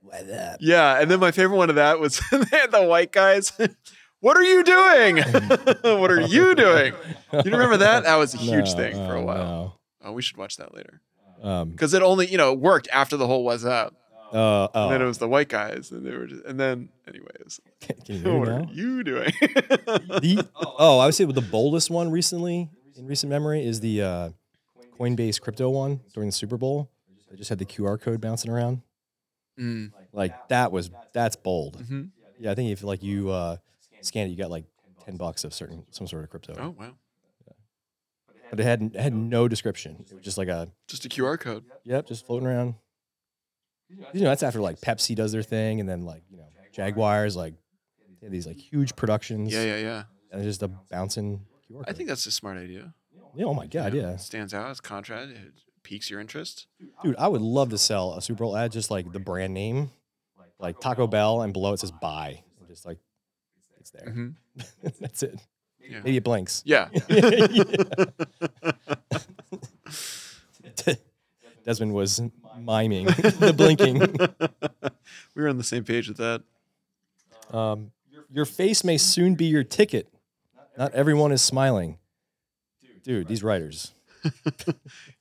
Speaker 2: What up?
Speaker 1: Yeah, and then my favorite one of that was they had the white guys. what are you doing? what are you doing? You remember that? That was a huge
Speaker 2: No,
Speaker 1: thing for a
Speaker 2: oh,
Speaker 1: while. Oh, we should watch that later.
Speaker 2: no. Um,
Speaker 1: Because it only, you know, it worked after the whole was up.
Speaker 2: uh,
Speaker 1: And then it
Speaker 2: oh,
Speaker 1: was the white guys, and they were just, and then, anyways,
Speaker 2: can, can you hear me
Speaker 1: what are
Speaker 2: now?
Speaker 1: you doing?
Speaker 2: the oh, I would say the boldest one recently in recent memory is the uh, Coinbase crypto one during the Super Bowl. They just had the QR code bouncing around.
Speaker 1: Mm,
Speaker 2: Like that was that's bold.
Speaker 1: mhm.
Speaker 2: Yeah, I think if like you uh, scanned it, you got like ten bucks of certain some sort of crypto.
Speaker 1: Oh wow,
Speaker 2: But it had it had no description. It was just like a
Speaker 1: just a QR code.
Speaker 2: yep, just floating around. You know, that's after like Pepsi does their thing, and then like you know Jaguars like they had these like huge productions,
Speaker 1: Yeah, yeah, yeah.
Speaker 2: and it's just a bouncing QR code.
Speaker 1: I think that's a smart idea.
Speaker 2: yeah, oh my god,
Speaker 1: You know,
Speaker 2: yeah.
Speaker 1: it stands out. It's contrast. It piques your interest.
Speaker 2: Dude, I would love to sell a Super Bowl ad just like the brand name, like Taco Bell, and below it says buy. And Just like it's there.
Speaker 1: Mhm.
Speaker 2: That's it.
Speaker 1: Yeah.
Speaker 2: Maybe it blinks.
Speaker 1: Yeah.
Speaker 2: Desmond was miming the blinking.
Speaker 1: we were on the same page with that.
Speaker 2: Um, your face may soon be your ticket. Not everyone is smiling. Dude, these writers.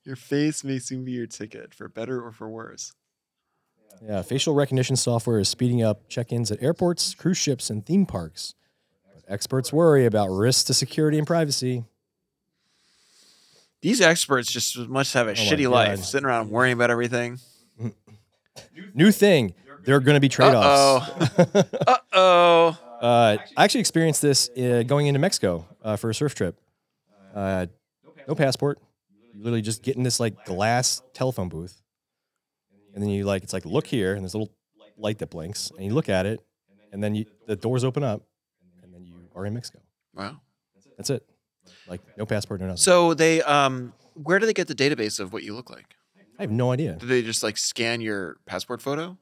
Speaker 1: Your face may soon be your ticket for better or for worse.
Speaker 2: Yeah, facial recognition software is speeding up check-ins at airports, cruise ships, and theme parks. But experts worry about risks to security and privacy.
Speaker 1: These experts just must have a shitty
Speaker 2: Oh God.
Speaker 1: life, sitting around worrying about everything.
Speaker 2: New thing, there are going to be trade-offs.
Speaker 1: Uh oh.
Speaker 2: Uh, I actually experienced this uh, going into Mexico uh, for a surf trip. Uh, no passport. You literally just get in this like glass telephone booth, and then you like it's like look here, and there's a little light that blinks, and you look at it, and then you the doors open up, and then you are in Mexico.
Speaker 1: Wow.
Speaker 2: That's it. Like no passport, no nothing.
Speaker 1: So they, um, where do they get the database of what you look like?
Speaker 2: I have no idea.
Speaker 1: Do they just like scan your passport photo?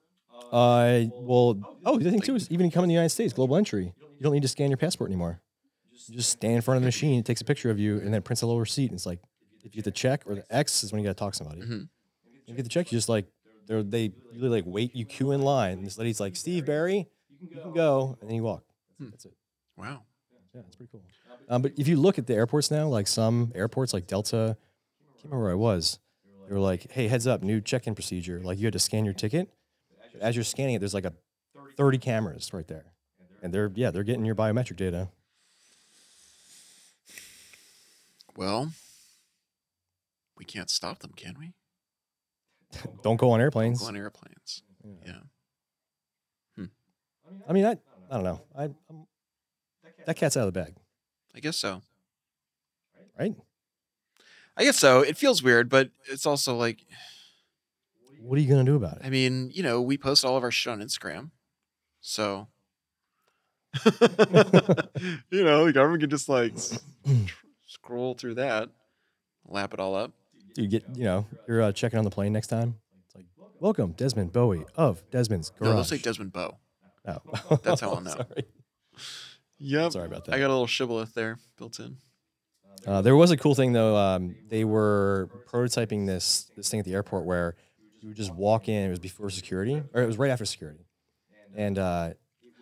Speaker 2: Uh, well, oh, the thing too is even coming to the United States, global entry, you don't need to scan your passport anymore. You just stand in front of the machine, it takes a picture of you, and then it prints a little receipt. And it's like, if you get the check or the X is when you got to talk to somebody.
Speaker 1: Mhm.
Speaker 2: If you get the check, you just like, they're, they really like wait, you queue in line. And this lady's like, Steve Barry, you can go. And then you walk.
Speaker 1: Hmm.
Speaker 2: That's it.
Speaker 1: Wow.
Speaker 2: Yeah, it's pretty cool. Um, but if you look at the airports now, like some airports, like Delta, I can't remember where I was. They were like, "Hey, heads up, new check-in procedure. Like, you had to scan your ticket. But As you're scanning it, there's like a 30 cameras right there, and they're yeah, they're getting your biometric data.
Speaker 1: Well, we can't stop them, can we?
Speaker 2: Don't go on
Speaker 1: Don't
Speaker 2: airplanes.
Speaker 1: Go on airplanes. Yeah.
Speaker 2: I mean, I I don't know. I i that cat's out of the bag.
Speaker 1: I guess so.
Speaker 2: right?
Speaker 1: I guess so. It feels weird, but it's also like,
Speaker 2: What are you gonna do about
Speaker 1: I
Speaker 2: it?
Speaker 1: mean, you know, we post all of our shit on Instagram. So, you know, the government can just like s- tr- scroll through that, lap it all up.
Speaker 2: Dude, get you know you're uh, checking on the plane next time. It's like, welcome Desmond Bowie of Desmond's Garage.
Speaker 1: No, let's say Desmond Bowe.
Speaker 2: Oh.
Speaker 1: That's how I'll know.
Speaker 2: Sorry.
Speaker 1: Yep.
Speaker 2: Sorry about that.
Speaker 1: I got a little shibboleth there built in.
Speaker 2: Uh, there was a cool thing though. Um, they were prototyping this this thing at the airport where you would just walk in. It was before security, or it was right after security, and uh,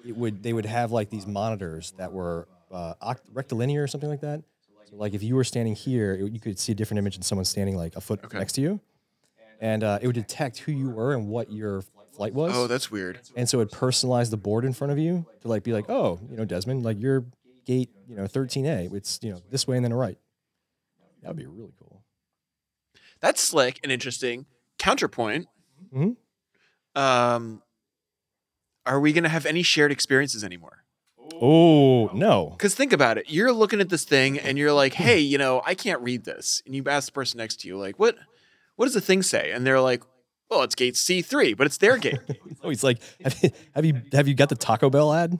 Speaker 2: it would they would have like these monitors that were uh, oct- rectilinear or something like that. So like if you were standing here, it, you could see a different image than someone standing like a foot
Speaker 1: Okay.
Speaker 2: next to you, and uh, it would detect who you were and what your flight was.
Speaker 1: Oh, that's weird.
Speaker 2: and so it personalized the board in front of you to like be like, oh, you know, Desmond, like your gate, you know, 13A, it's you know this way and then a right. That would be really cool.
Speaker 1: That's slick and interesting. Counterpoint.
Speaker 2: Mhm.
Speaker 1: Um, are we going to have any shared experiences anymore?
Speaker 2: Oh no,
Speaker 1: Because think about it. You're looking at this thing and you're like, hey, you know, I can't read this. And you ask the person next to you, like, what what does the thing say? And they're like, well, it's gate C3, but it's their gate.
Speaker 2: no, he's like, have you, have you have you got the Taco Bell ad?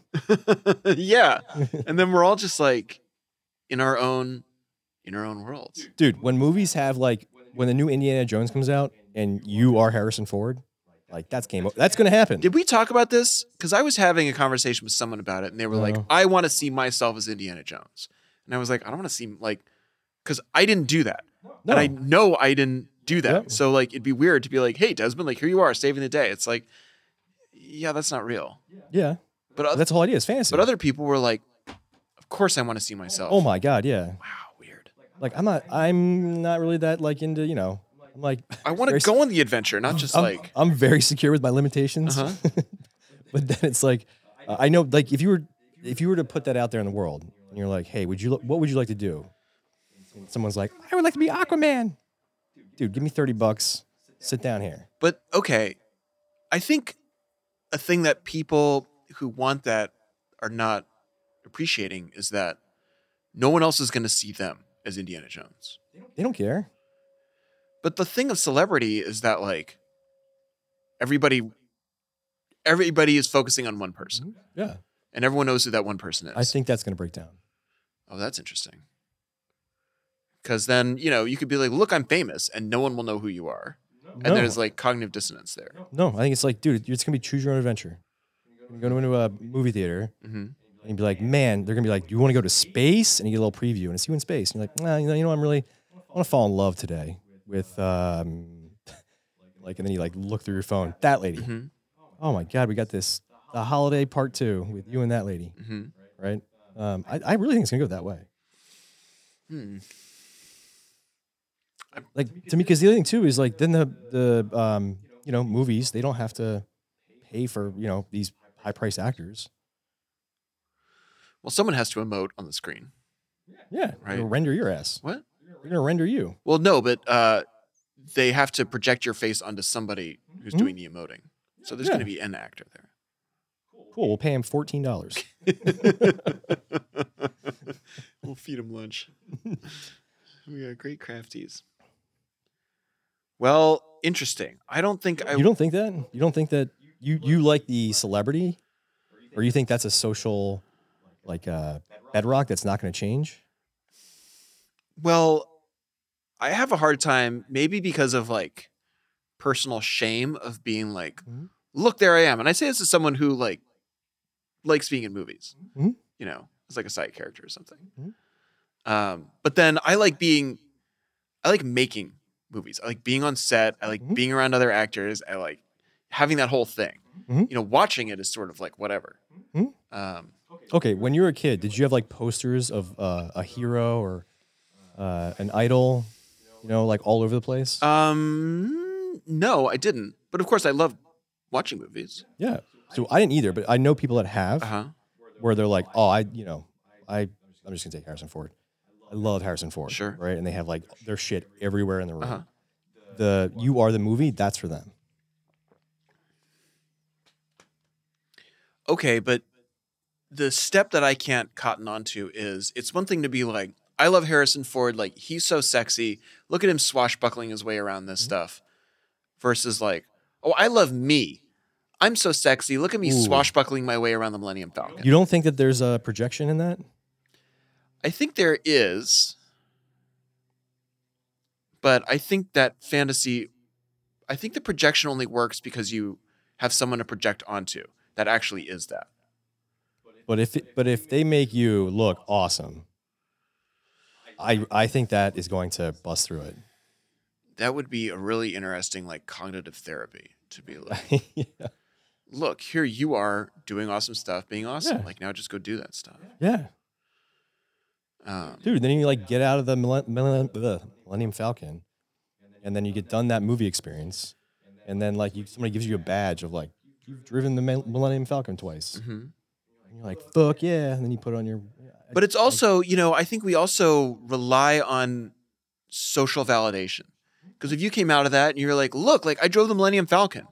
Speaker 1: yeah. And then we're all just like in our own in our own worlds.
Speaker 2: Dude, when movies have like when the new Indiana Jones comes out and you are Harrison Ford, like that's game. o- That's gonna happen.
Speaker 1: Did we talk about this? Because I was having a conversation with someone about it, and they were like,
Speaker 2: No.
Speaker 1: I want to see myself as Indiana Jones. And I was like, I don't want to see like because I didn't do that.
Speaker 2: No,
Speaker 1: And I know I didn't do that.
Speaker 2: Yep.
Speaker 1: So like it'd be weird to be like, hey Desmond, like here you are saving the day. It's like, yeah, that's not real.
Speaker 2: yeah,
Speaker 1: But oth-
Speaker 2: that's the whole idea. It's fantasy.
Speaker 1: but other people were like, of course I want to see myself.
Speaker 2: oh my god, yeah.
Speaker 1: wow, weird.
Speaker 2: Like I'm not, I'm not really that like into you know. I'm like
Speaker 1: I want to
Speaker 2: There's-
Speaker 1: go on the adventure, not just
Speaker 2: I'm,
Speaker 1: like
Speaker 2: I'm very secure with my limitations. but then it's like uh, I know like if you were if you were to put that out there in the world and you're like, "Hey, would you lo- what would you like to do?" And someone's like, "I would like to be Aquaman." Dude, give me 30 bucks. Sit down here.
Speaker 1: But okay, I think a thing that people who want that are not appreciating is that no one else is going to see them as Indiana Jones.
Speaker 2: They don't care.
Speaker 1: But the thing of celebrity is that like everybody everybody is focusing on one person
Speaker 2: Yeah.
Speaker 1: and everyone knows who that one person is.
Speaker 2: Mm-hmm. I think that's going to break down.
Speaker 1: oh, that's interesting. Cuz then, you know, you could be like, "Look, I'm famous," and no one will know who you are.
Speaker 2: No.
Speaker 1: And there's like cognitive dissonance there.
Speaker 2: No, I think it's like, dude, it's going to be choose your own adventure. You're going to into a movie theater
Speaker 1: Mhm.
Speaker 2: and you'd be like, "Man, they're going to be like, do you want to go to space?" And you get a little preview and it's you in space. And you're like, nah, you know, you know, I'm really I want to fall in love today with um like and then you like look through your phone. That lady.
Speaker 1: Mhm.
Speaker 2: Oh my god, we got this the holiday part 2 with you and that lady,
Speaker 1: Mhm.
Speaker 2: right? Um I, I really think it's going to go that way.
Speaker 1: Hmm.
Speaker 2: Like to me cuz the other thing too is like then the the um you know, movies, they don't have to pay for, you know, these high-priced actors.
Speaker 1: Well, someone has to emote on the screen.
Speaker 2: Yeah,
Speaker 1: Right.
Speaker 2: they'll render your ass.
Speaker 1: What?
Speaker 2: They're going to render you.
Speaker 1: Well, no, but uh, they have to project your face onto somebody who's
Speaker 2: Mhm.
Speaker 1: doing the emoting. So there's going
Speaker 2: Yeah.
Speaker 1: to be an actor there.
Speaker 2: Cool. We'll pay him fourteen dollars.
Speaker 1: we'll feed him lunch. we got great crafties. Well, interesting. I don't think I.
Speaker 2: You don't think that? You don't think that you you like the celebrity, or you think that's a social, like uh, bedrock that's not going to change?
Speaker 1: well, I have a hard time, maybe because of like personal shame of being like,
Speaker 2: Mhm.
Speaker 1: look, there I am. And I say this as someone who like likes being in movies,
Speaker 2: Mhm.
Speaker 1: you know, as like a side character or something.
Speaker 2: Mhm.
Speaker 1: Um, but then I like being, I like making movies. I like being on set. I like
Speaker 2: Mhm.
Speaker 1: being around other actors. I like having that whole thing.
Speaker 2: Mhm.
Speaker 1: You know, watching it is sort of like whatever.
Speaker 2: Mhm.
Speaker 1: Um,
Speaker 2: Okay, when you were a kid, did you have like posters of uh, a hero or uh, an idol, you know, like all over the place?
Speaker 1: Uh, um, no, I didn't. But of course, I love watching movies.
Speaker 2: yeah. So I didn't either, but I know people that
Speaker 1: Uh
Speaker 2: have
Speaker 1: huh.
Speaker 2: where they're like, oh, I, you know, I, I'm just gonna take Harrison Ford. I love Harrison Ford.
Speaker 1: Sure.
Speaker 2: Right, and they have like their shit everywhere in the room.
Speaker 1: Uh-huh.
Speaker 2: The you are the movie. That's for them.
Speaker 1: Okay, but the step that I can't cotton onto is it's one thing to be like, I love Harrison Ford, like he's so sexy. Look at him swashbuckling his way around
Speaker 2: Mm-hmm.
Speaker 1: this stuff. Versus like, oh, I love me. I'm so sexy. Look at me
Speaker 2: Ooh.
Speaker 1: swashbuckling my way around the Millennium Falcon.
Speaker 2: You don't think that there's a projection in that?
Speaker 1: I think there is, but I think that fantasy, I think the projection only works because you have someone to project onto that actually is that.
Speaker 2: But if it, but if they make you look awesome, I I think that is going to bust through it.
Speaker 1: That would be a really interesting, like, cognitive therapy to be like,
Speaker 2: yeah.
Speaker 1: look, here you are doing awesome stuff, being awesome.
Speaker 2: Yeah.
Speaker 1: Like, now just go do that stuff.
Speaker 2: yeah,
Speaker 1: Um,
Speaker 2: dude. Then you like get out of the millen- millen- the Millennium Falcon, and then you get done that movie experience, and then like you, somebody gives you a badge of like you've driven the Mil- Millennium Falcon twice,
Speaker 1: mhm.
Speaker 2: and you're like fuck yeah, and then you put it on your.
Speaker 1: But it's also, you know, I think we also rely on social validation. Because if you came out of that and you're like, look, like I drove the Millennium Falcon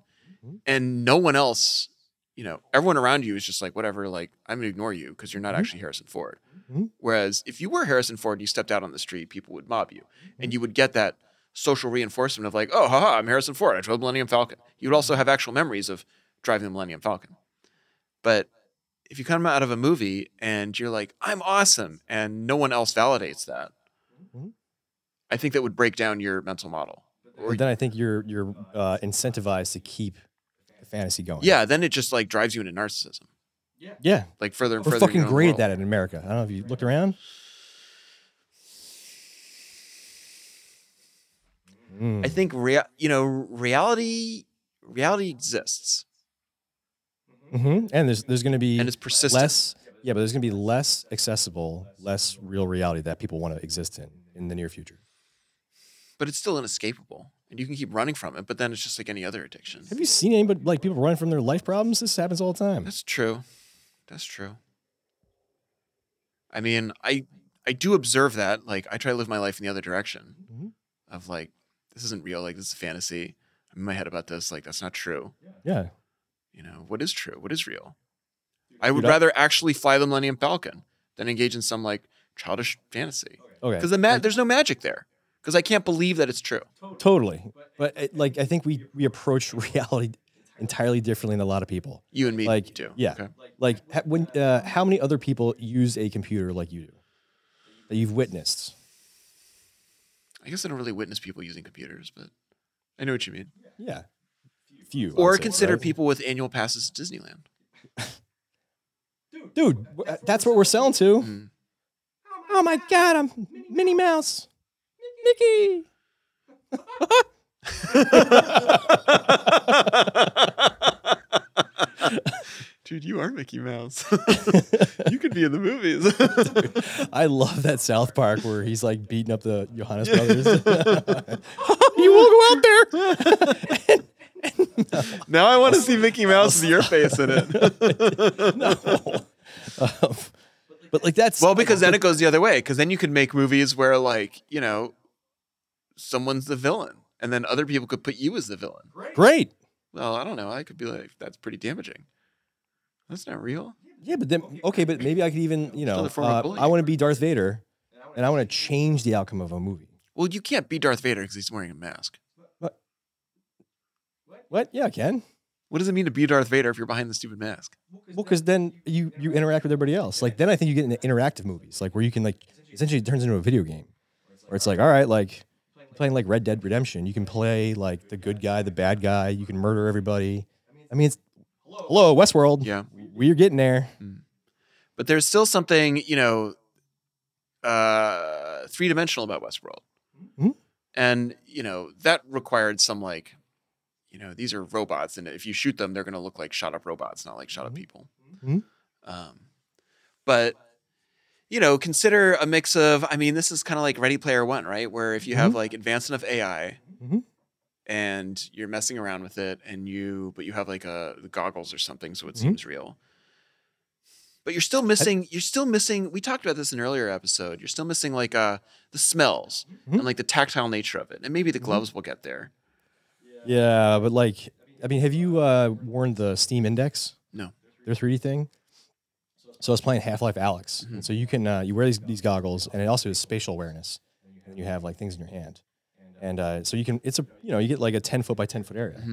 Speaker 2: Mhm.
Speaker 1: and no one else, you know, everyone around you is just like, whatever, like I'm going to ignore you because you're not
Speaker 2: Mhm.
Speaker 1: actually Harrison Ford.
Speaker 2: Mhm.
Speaker 1: Whereas if you were Harrison Ford and you stepped out on the street, people would mob you and you would get that social reinforcement of like, oh, haha, I'm Harrison Ford. I drove the Millennium Falcon. You would also have actual memories of driving the Millennium Falcon. But if you come out of a movie and you're like, I'm awesome, and no one else validates that,
Speaker 2: Mhm.
Speaker 1: I think that would break down your mental model. Or,
Speaker 2: But then I think you're you're uh, incentivized to keep the fantasy going.
Speaker 1: yeah, then it just like drives you into narcissism,
Speaker 2: yeah.
Speaker 1: like further and
Speaker 2: We're
Speaker 1: further.
Speaker 2: fucking great at that in America. I don't know if you looked around. Mm.
Speaker 1: I think rea- you know reality reality exists
Speaker 2: Mhm. And there's there's going to be
Speaker 1: and it's persistent.
Speaker 2: less. Yeah, but there's going to be less accessible, less real reality that people want to exist in in the near future.
Speaker 1: but it's still inescapable, and you can keep running from it. But then it's just like any other addiction.
Speaker 2: Have you seen anybody like people running from their life problems? This happens all the time.
Speaker 1: That's true. That's true. I mean, I I do observe that. Like, I try to live my life in the other direction,
Speaker 2: Mhm.
Speaker 1: of like, this isn't real. Like, this is fantasy. I'm in my head about this. Like, that's not true.
Speaker 2: Yeah,
Speaker 1: You know, what is true? What is real? I would
Speaker 2: Dude, I-
Speaker 1: rather actually fly the Millennium Falcon than engage in some like childish fantasy
Speaker 2: okay.
Speaker 1: because the ma- there's no magic there. Because I can't believe that it's true.
Speaker 2: Totally. But it, like I think we we approach reality entirely differently than a lot of people.
Speaker 1: You and me
Speaker 2: Like,
Speaker 1: do.
Speaker 2: yeah.
Speaker 1: Okay.
Speaker 2: Like ha- when uh, how many other people use a computer like you do that you've witnessed?
Speaker 1: I guess I don't really witness people using computers, but I know what you mean.
Speaker 2: Yeah. Few. I
Speaker 1: Or
Speaker 2: would say,
Speaker 1: consider
Speaker 2: right?
Speaker 1: people with annual passes to Disneyland.
Speaker 2: Dude, w- uh, that's what we're selling to.
Speaker 1: Mm.
Speaker 2: Oh my god, I'm Minnie Mouse. Mickey.
Speaker 1: Dude, you are Mickey Mouse. you could be in the movies.
Speaker 2: I love that South Park where he's like beating up the Johannes brothers. you will go out there.
Speaker 1: now I want to see Mickey Mouse with your face in it.
Speaker 2: Um, but like that's
Speaker 1: well, because then it goes the other way. Because then you could make movies where, like, you know, someone's the villain, and then other people could put you as the villain.
Speaker 2: great.
Speaker 1: Well, I don't know. I could be like, that's pretty damaging. That's not real.
Speaker 2: Yeah, but then okay, but maybe I could even you know
Speaker 1: another form of
Speaker 2: uh,
Speaker 1: bullying.
Speaker 2: I want to be Darth Vader, and I want to change the outcome of a movie.
Speaker 1: Well, you can't be Darth Vader because he's wearing a mask.
Speaker 2: What? Yeah, I can.
Speaker 1: What does it mean to be Darth Vader if you're behind the stupid mask?
Speaker 2: Well, because then you you interact with everybody else. Like then I think you get into interactive movies, like where you can like essentially it turns into a video game, where it's like all right, like playing like Red Dead Redemption, you can play like the good guy, the bad guy, you can murder everybody. I mean, it's hello Westworld.
Speaker 1: Yeah.
Speaker 2: we're getting there.
Speaker 1: but there's still something you know uh three dimensional about westworld
Speaker 2: Mhm.
Speaker 1: and you know that required some like you know these are robots and if you shoot them they're going to look like shot up robots not like shot up people
Speaker 2: Mhm.
Speaker 1: um but you know consider a mix of i mean this is kind of like ready player one right where if you have like advanced enough ai
Speaker 2: Mhm.
Speaker 1: and you're messing around with it and you but you have like a the goggles or something so it
Speaker 2: Mhm.
Speaker 1: seems real but you're still missing. You're still missing. We talked about this in an earlier episode. You're still missing like uh the smells and
Speaker 2: Mhm.
Speaker 1: like the tactile nature of it, and maybe the
Speaker 2: Mm-hmm.
Speaker 1: gloves will get there.
Speaker 2: Yeah, but like, I mean, have you uh, worn the Steam Index?
Speaker 1: No.
Speaker 2: Their 3D thing? So I was playing Half Life Alex. And so you can uh, you wear these, these goggles, and it also is spatial awareness. And you have like things in your hand, and uh, so you can it's a you know you get like a ten foot by ten foot area,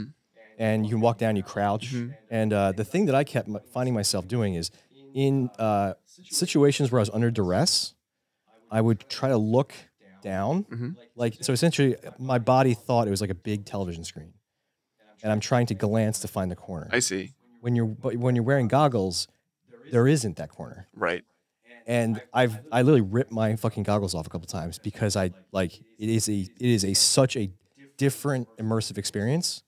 Speaker 2: and you can walk down, you crouch, and uh, the thing that I kept m- finding myself doing is in uh, situations where I was under duress, I would try to look down, like so essentially my body thought it was like a big television screen, and I'm trying to glance to find the corner
Speaker 1: I see.
Speaker 2: when you're but when you're wearing goggles, there isn't that corner.
Speaker 1: Right.
Speaker 2: And I've I literally ripped my fucking goggles off a couple times because I like it is a it is a such a different immersive experience.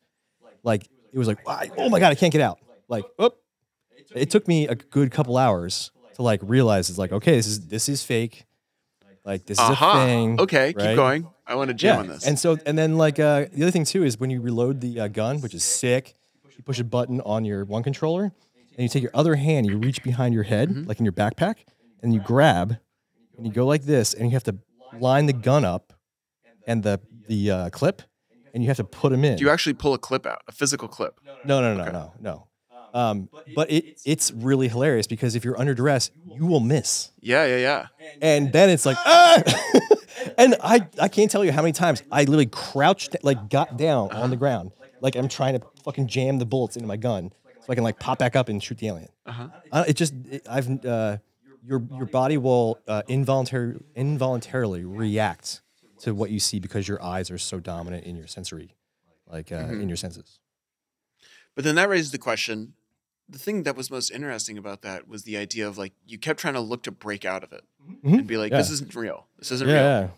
Speaker 2: Like it was like "Ah, oh my god I can't get out. Like whoop. It took me a good couple hours to like realize it's like okay this is this is fake. Like this is a
Speaker 1: Aha.
Speaker 2: thing.
Speaker 1: Okay,
Speaker 2: right?
Speaker 1: keep going. I want to jam on this.
Speaker 2: And so, and then like uh, the other thing too is when you reload the uh, gun, which is sick, you push a button on your one controller, and you take your other hand, you reach behind your head,
Speaker 1: Mm-hmm.
Speaker 2: like in your backpack, and you grab, and you go like this, and you have to line the gun up, and the the uh, clip, and you have to put them in.
Speaker 1: Do you actually pull a clip out, a physical clip?
Speaker 2: No, no, no, no, no. Um, but it it's really hilarious because if you're under duress, you will miss
Speaker 1: Yeah, yeah, yeah.
Speaker 2: and then it's like ah! and I, I can't tell you how many times I literally crouched like got down on the ground like I'm trying to fucking jam the bullets into my gun so I can like pop back up and shoot the alien.
Speaker 1: Uh-huh.
Speaker 2: Uh, it just it, I've uh, your your body will uh, involuntary involuntarily react to what you see because your eyes are so dominant in your sensory like uh,
Speaker 1: Mm-hmm.
Speaker 2: in your senses.
Speaker 1: But then that raises the question. The thing that was most interesting about that was the idea of like you kept trying to look to break out of it and be like, this
Speaker 2: Mm-hmm. Yeah.
Speaker 1: isn't real. This isn't real.
Speaker 2: Yeah.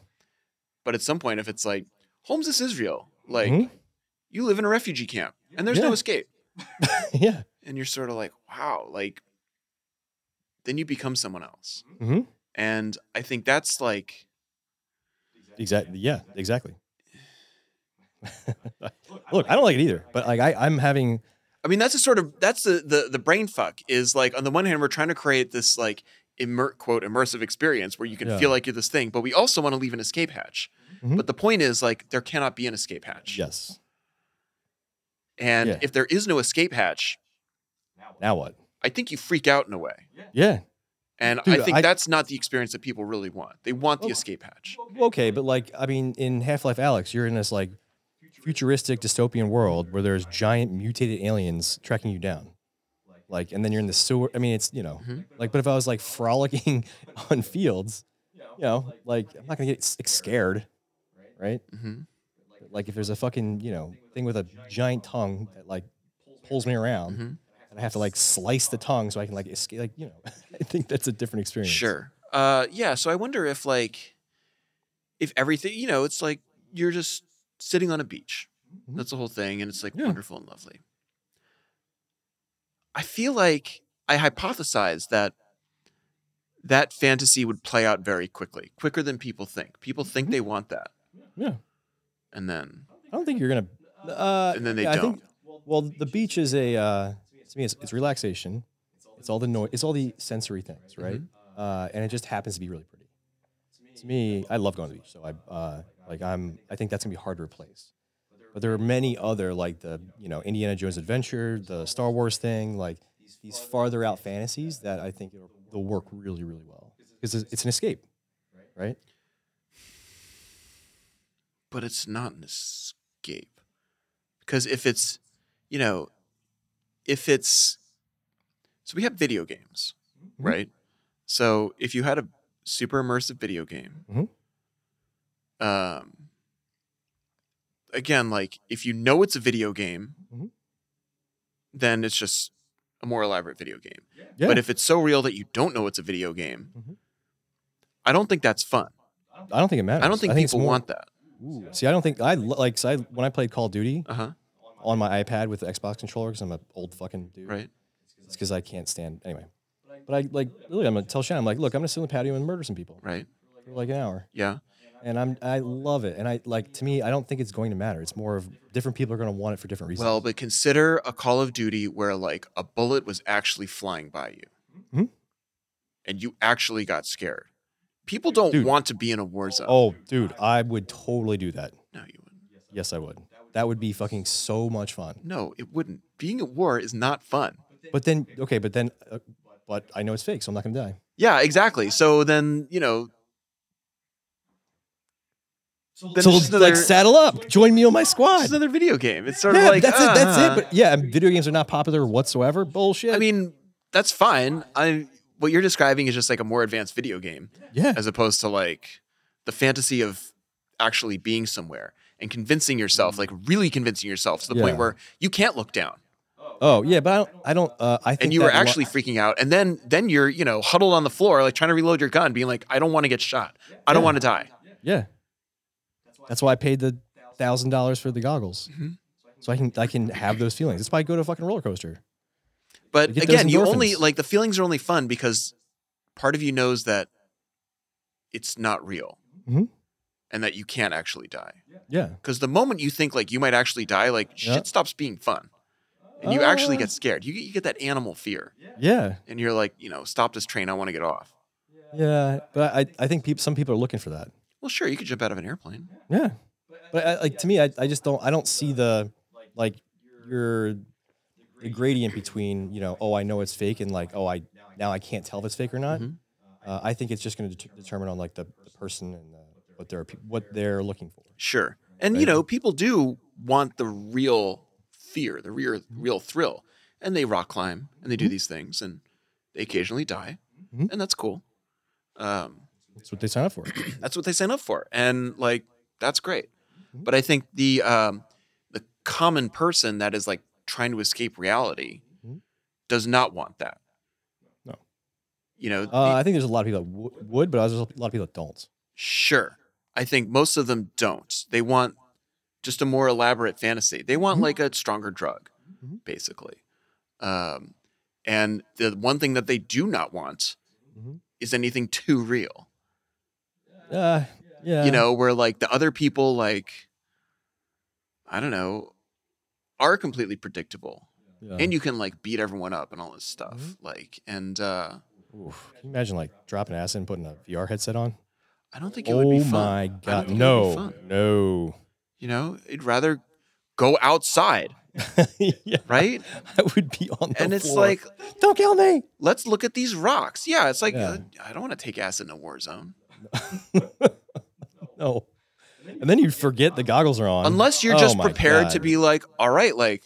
Speaker 1: But at some point, if it's like, Holmes, this is real. Like
Speaker 2: Mhm.
Speaker 1: you live in a refugee camp and there's no
Speaker 2: Yeah.
Speaker 1: escape.
Speaker 2: yeah.
Speaker 1: And you're sort of like, wow, like then you become someone else.
Speaker 2: Mhm.
Speaker 1: And I think that's like
Speaker 2: Exactly. Yeah. Exactly. Look, I don't like it either, but like I, I'm having
Speaker 1: I mean, that's a sort of that's the the the brain fuck is like on the one hand we're trying to create this like immer- quote immersive experience where you can
Speaker 2: Yeah.
Speaker 1: feel like you're this thing, but we also want to leave an escape hatch.
Speaker 2: Mhm.
Speaker 1: But the point is like there cannot be an escape hatch.
Speaker 2: yes.
Speaker 1: And
Speaker 2: Yeah.
Speaker 1: if there is no escape hatch,
Speaker 2: Now what?
Speaker 1: I think you freak out in a way.
Speaker 2: Yeah.
Speaker 1: And I
Speaker 2: Dude,
Speaker 1: think
Speaker 2: I-
Speaker 1: that's not the experience that people really want. They want the escape hatch.
Speaker 2: Okay, but like I mean, in Half Life Alex, you're in this like futuristic dystopian world where there's giant mutated aliens tracking you down. Like, and then you're in the sewer. I mean, it's you know,
Speaker 1: Mhm.
Speaker 2: like, but if I was like frolicking on fields, you know, like I'm not gonna get s- scared, right?
Speaker 1: hmm
Speaker 2: Like if there's a fucking you know thing with a giant tongue that like pulls me around,
Speaker 1: Mhm.
Speaker 2: and I have to like slice the tongue so I can like escape. Like you know, I think that's a different experience.
Speaker 1: Sure. Uh, yeah. So I wonder if like if everything you know, it's like you're just sitting on a beach.
Speaker 2: Mhm.
Speaker 1: That's the whole thing, and it's like
Speaker 2: Yeah.
Speaker 1: wonderful and lovely. I feel like I hypothesize that that fantasy would play out very quickly, quicker than people think. People
Speaker 2: Mm-hmm.
Speaker 1: think they want that,
Speaker 2: Yeah.
Speaker 1: and then
Speaker 2: I don't think you're gonna. Uh,
Speaker 1: And then they
Speaker 2: I think, well, the beach is a uh, to me, it's, it's relaxation. It's all the noise. It's all the sensory things,
Speaker 1: Mm-hmm.
Speaker 2: right? Uh, and it just happens to be really pretty. To me, I love going to the beach. So I uh, like I'm. I think that's gonna be hard to replace. But there are many other like the you know Indiana Jones Adventure, the Star Wars thing, like these farther out fantasies that I think it'll, they'll work really really well because it's it's an escape, right?
Speaker 1: but it's not an escape because if it's you know if it's so we have video games
Speaker 2: Mhm.
Speaker 1: right so if you had a super immersive video game
Speaker 2: Mhm. Mm-hmm.
Speaker 1: um again like if you know it's a video game
Speaker 2: Mhm.
Speaker 1: then it's just a more elaborate video game
Speaker 2: Yeah.
Speaker 1: but if it's so real that you don't know it's a video game
Speaker 2: Mhm.
Speaker 1: i don't think that's fun
Speaker 2: I don't think it matters.
Speaker 1: i don't think,
Speaker 2: it's
Speaker 1: people
Speaker 2: more-
Speaker 1: want that
Speaker 2: Ooh. See, I don't think I lo- like. So I, when I played Call of Duty
Speaker 1: uh-huh
Speaker 2: on my iPad with the Xbox controller, because I'm an old fucking dude.
Speaker 1: right
Speaker 2: It's because I can't stand anyway. But I like really. I'm gonna tell Shannon. I'm like, look, I'm gonna sit on the patio and murder some people
Speaker 1: right
Speaker 2: for like an hour,
Speaker 1: yeah
Speaker 2: and I'm I love it. And I like to me, I don't think it's going to matter. It's more of different people are gonna want it for different reasons.
Speaker 1: Well, but consider a Call of Duty where like a bullet was actually flying by you,
Speaker 2: Mhm.
Speaker 1: and you actually got scared. People don't
Speaker 2: Dude.
Speaker 1: want to be in a war zone.
Speaker 2: oh, dude, I would totally do that.
Speaker 1: No, you wouldn't.
Speaker 2: Yes, I would. That would be fucking so much fun.
Speaker 1: No, it wouldn't. Being at war is not fun.
Speaker 2: But then, okay, but then, uh, but I know it's fake, so I'm not gonna die.
Speaker 1: Yeah, exactly. So then, you know, then
Speaker 2: so
Speaker 1: it's just another,
Speaker 2: like saddle up, join me on my squad.
Speaker 1: it's another video game. It's sort
Speaker 2: yeah,
Speaker 1: of like
Speaker 2: that's it. That's
Speaker 1: uh-huh.
Speaker 2: it. But yeah, video games are not popular whatsoever. Bullshit.
Speaker 1: I mean, that's fine. I what you're describing is just like a more advanced video game
Speaker 2: yeah,
Speaker 1: as opposed to like the fantasy of actually being somewhere and convincing yourself, like really convincing yourself to the
Speaker 2: Mm-hmm. Yeah.
Speaker 1: point where you can't look down
Speaker 2: Oh yeah, but I don't. I don't. Uh, I think
Speaker 1: and you
Speaker 2: that
Speaker 1: were
Speaker 2: lo-
Speaker 1: actually freaking out. And then then you're, you know, huddled on the floor like trying to reload your gun being like I don't want to get shot. I don't
Speaker 2: Yeah.
Speaker 1: want to die.
Speaker 2: yeah. That's why I paid the thousand dollars for the goggles,
Speaker 1: Mhm.
Speaker 2: so I can I can have those feelings. That's why I go to a fucking roller coaster.
Speaker 1: But
Speaker 2: You get those
Speaker 1: again, you only
Speaker 2: endorphins.
Speaker 1: like the feelings are only fun because part of you knows that it's not real
Speaker 2: Mhm.
Speaker 1: and that you can't actually die.
Speaker 2: Yeah,
Speaker 1: Because the moment you think like you might actually die, like
Speaker 2: Yeah.
Speaker 1: shit stops being fun, and you actually
Speaker 2: Uh.
Speaker 1: get scared. You, get- you get that animal fear,
Speaker 2: yeah,
Speaker 1: and you're like, you know, stop this train. I want to get off.
Speaker 2: yeah. But I I think peop some people are looking for that.
Speaker 1: Well, sure, you could jump out of an airplane.
Speaker 2: Yeah, but I, like to me, I I just don't I don't see the like your the gradient between you know oh I know it's fake and like oh I now I can't tell if it's fake or not.
Speaker 1: Mhm.
Speaker 2: Uh, I think it's just going to det- determine on like the, the person and uh, what they're pe- what they're looking for.
Speaker 1: Sure, and you
Speaker 2: Right.
Speaker 1: know, people do want the real fear, the real
Speaker 2: Mm-hmm.
Speaker 1: real thrill, and they rock climb and they do these things, and they occasionally die,
Speaker 2: Mhm.
Speaker 1: and that's cool. Um,
Speaker 2: That's what they sign up for.
Speaker 1: that's what they sign up for and like that's great
Speaker 2: Mhm.
Speaker 1: but i think the um the common person that is like trying to escape reality
Speaker 2: Mhm.
Speaker 1: does not want that
Speaker 2: No.
Speaker 1: you know the-
Speaker 2: Uh, I think there's a lot of people that w- would, but there's a lot of people that don't.
Speaker 1: sure i think most of them don't they want just a more elaborate fantasy they want
Speaker 2: Mhm.
Speaker 1: like a stronger drug
Speaker 2: Mhm.
Speaker 1: basically um and the one thing that they do not want
Speaker 2: Mhm.
Speaker 1: is anything too real
Speaker 2: Uh, yeah,
Speaker 1: you know, where like the other people, like, I don't know, are completely predictable
Speaker 2: Yeah.
Speaker 1: and you can like beat everyone up and all this stuff.
Speaker 2: Mhm.
Speaker 1: Like, and uh,
Speaker 2: Oof. Can you imagine like dropping acid and putting a VR headset on?
Speaker 1: I don't think it would be
Speaker 2: Oh
Speaker 1: fun. I
Speaker 2: my
Speaker 1: don't
Speaker 2: god,
Speaker 1: think it would be
Speaker 2: no,
Speaker 1: fun.
Speaker 2: no.
Speaker 1: You know, I'd rather go outside,
Speaker 2: yeah,
Speaker 1: right?
Speaker 2: I would be on the
Speaker 1: and it's
Speaker 2: floor.
Speaker 1: like,
Speaker 2: don't kill me.
Speaker 1: let's look at these rocks. Yeah, it's like,
Speaker 2: Yeah.
Speaker 1: uh, I don't want to take acid in a war zone.
Speaker 2: No, and then you forget the goggles are on.
Speaker 1: Unless you're
Speaker 2: Oh
Speaker 1: just
Speaker 2: my
Speaker 1: prepared
Speaker 2: God.
Speaker 1: to be like, all right, like,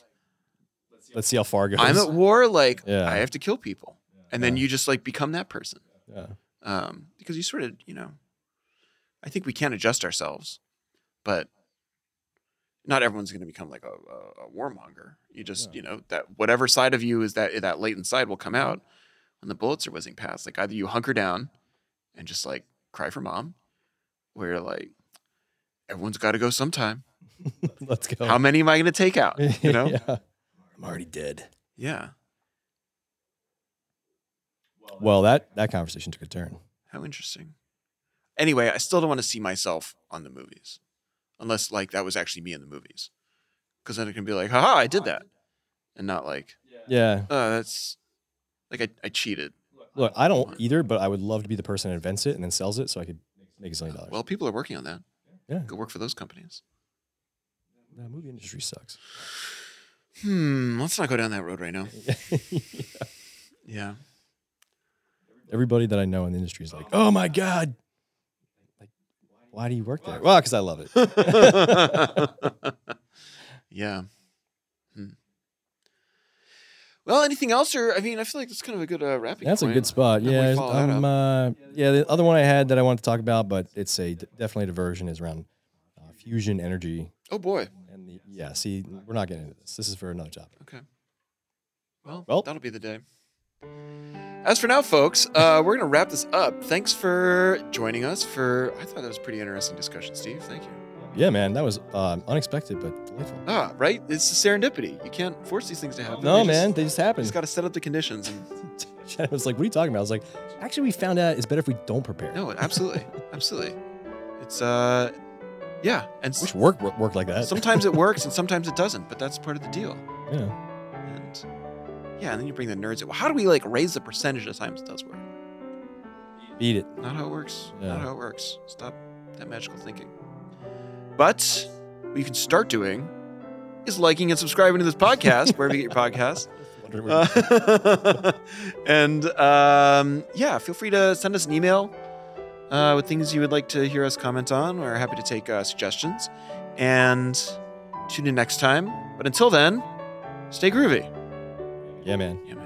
Speaker 2: Let's see how far it goes.
Speaker 1: I'm at war, like,
Speaker 2: Yeah.
Speaker 1: I have to kill people. And then
Speaker 2: Yeah.
Speaker 1: you just like become that person.
Speaker 2: yeah.
Speaker 1: um, because you sort of, you know, I think we can adjust ourselves, but not everyone's going to become like a, a, a warmonger. You just,
Speaker 2: No.
Speaker 1: you know, that whatever side of you is that that latent side will come out when the bullets are whizzing past. Like either you hunker down and just like cry for mom, where you're like, everyone's got to go sometime.
Speaker 2: Let's go.
Speaker 1: How many am I going to take out? You know? yeah.
Speaker 2: Oh. yeah. I'm already dead. Well, that that conversation took a turn.
Speaker 1: How interesting. Anyway, I still don't want to see myself on the movies, unless like that was actually me in the movies, because then it can be like, haha, I did that, and not like,
Speaker 2: Yeah.
Speaker 1: oh, that's like I, I cheated.
Speaker 2: Look, I don't either, but I would love to be the person that invents it and then sells it so I could make a zillion dollars.
Speaker 1: Well, people are working on that.
Speaker 2: Yeah.
Speaker 1: Go work for those companies.
Speaker 2: the movie industry sucks.
Speaker 1: Hmm. Let's not go down that road right now. Yeah.
Speaker 2: Everybody that I know in the industry is like, "Oh my god, like, why do you work there?" Well, because I love it.
Speaker 1: yeah. Hmm. Well, anything else, or I mean, I feel like that's kind of a good uh, wrapping.
Speaker 2: That's a
Speaker 1: point.
Speaker 2: good spot.
Speaker 1: How do we
Speaker 2: Yeah,
Speaker 1: follow that
Speaker 2: um, uh, yeah. The other one I had that I wanted to talk about, but it's a definitely a diversion, is around uh, fusion energy.
Speaker 1: Oh boy.
Speaker 2: And the, yeah, see, we're not getting into this. This is for another job.
Speaker 1: Okay. Well,
Speaker 2: Well-
Speaker 1: that'll be the day. As for now, folks, uh, we're going to wrap this up. Thanks for joining us for, I thought that was a pretty interesting discussion, Steve. Thank you.
Speaker 2: Yeah, man, that was um, unexpected but delightful.
Speaker 1: Ah, right? It's the serendipity. You can't force these things to happen.
Speaker 2: No,
Speaker 1: They just-
Speaker 2: man, they just
Speaker 1: You
Speaker 2: happened.
Speaker 1: just got to set up the conditions. And,
Speaker 2: Shannon was like, "What are you talking about?" I was like, "Actually, we found out it's better if we don't prepare."
Speaker 1: no, absolutely. absolutely. It's, uh, yeah. And s-
Speaker 2: Wish work wor- worked like that.
Speaker 1: sometimes it works and sometimes it doesn't, but that's part of the deal.
Speaker 2: yeah.
Speaker 1: And yeah, and then you bring the nerds. in. Well, How do we like raise the percentage of times it does work?
Speaker 2: Beat it.
Speaker 1: Not how it works.
Speaker 2: Yeah.
Speaker 1: Not how it works. Stop that magical thinking. But what you can start doing is liking and subscribing to this podcast wherever you get your podcast.
Speaker 2: wondering where
Speaker 1: Uh,
Speaker 2: you-
Speaker 1: and um, yeah, feel free to send us an email uh, with things you would like to hear us comment on. We're happy to take uh, suggestions. And tune in next time. But until then, stay groovy.
Speaker 2: yeah, man.
Speaker 1: Yeah, man.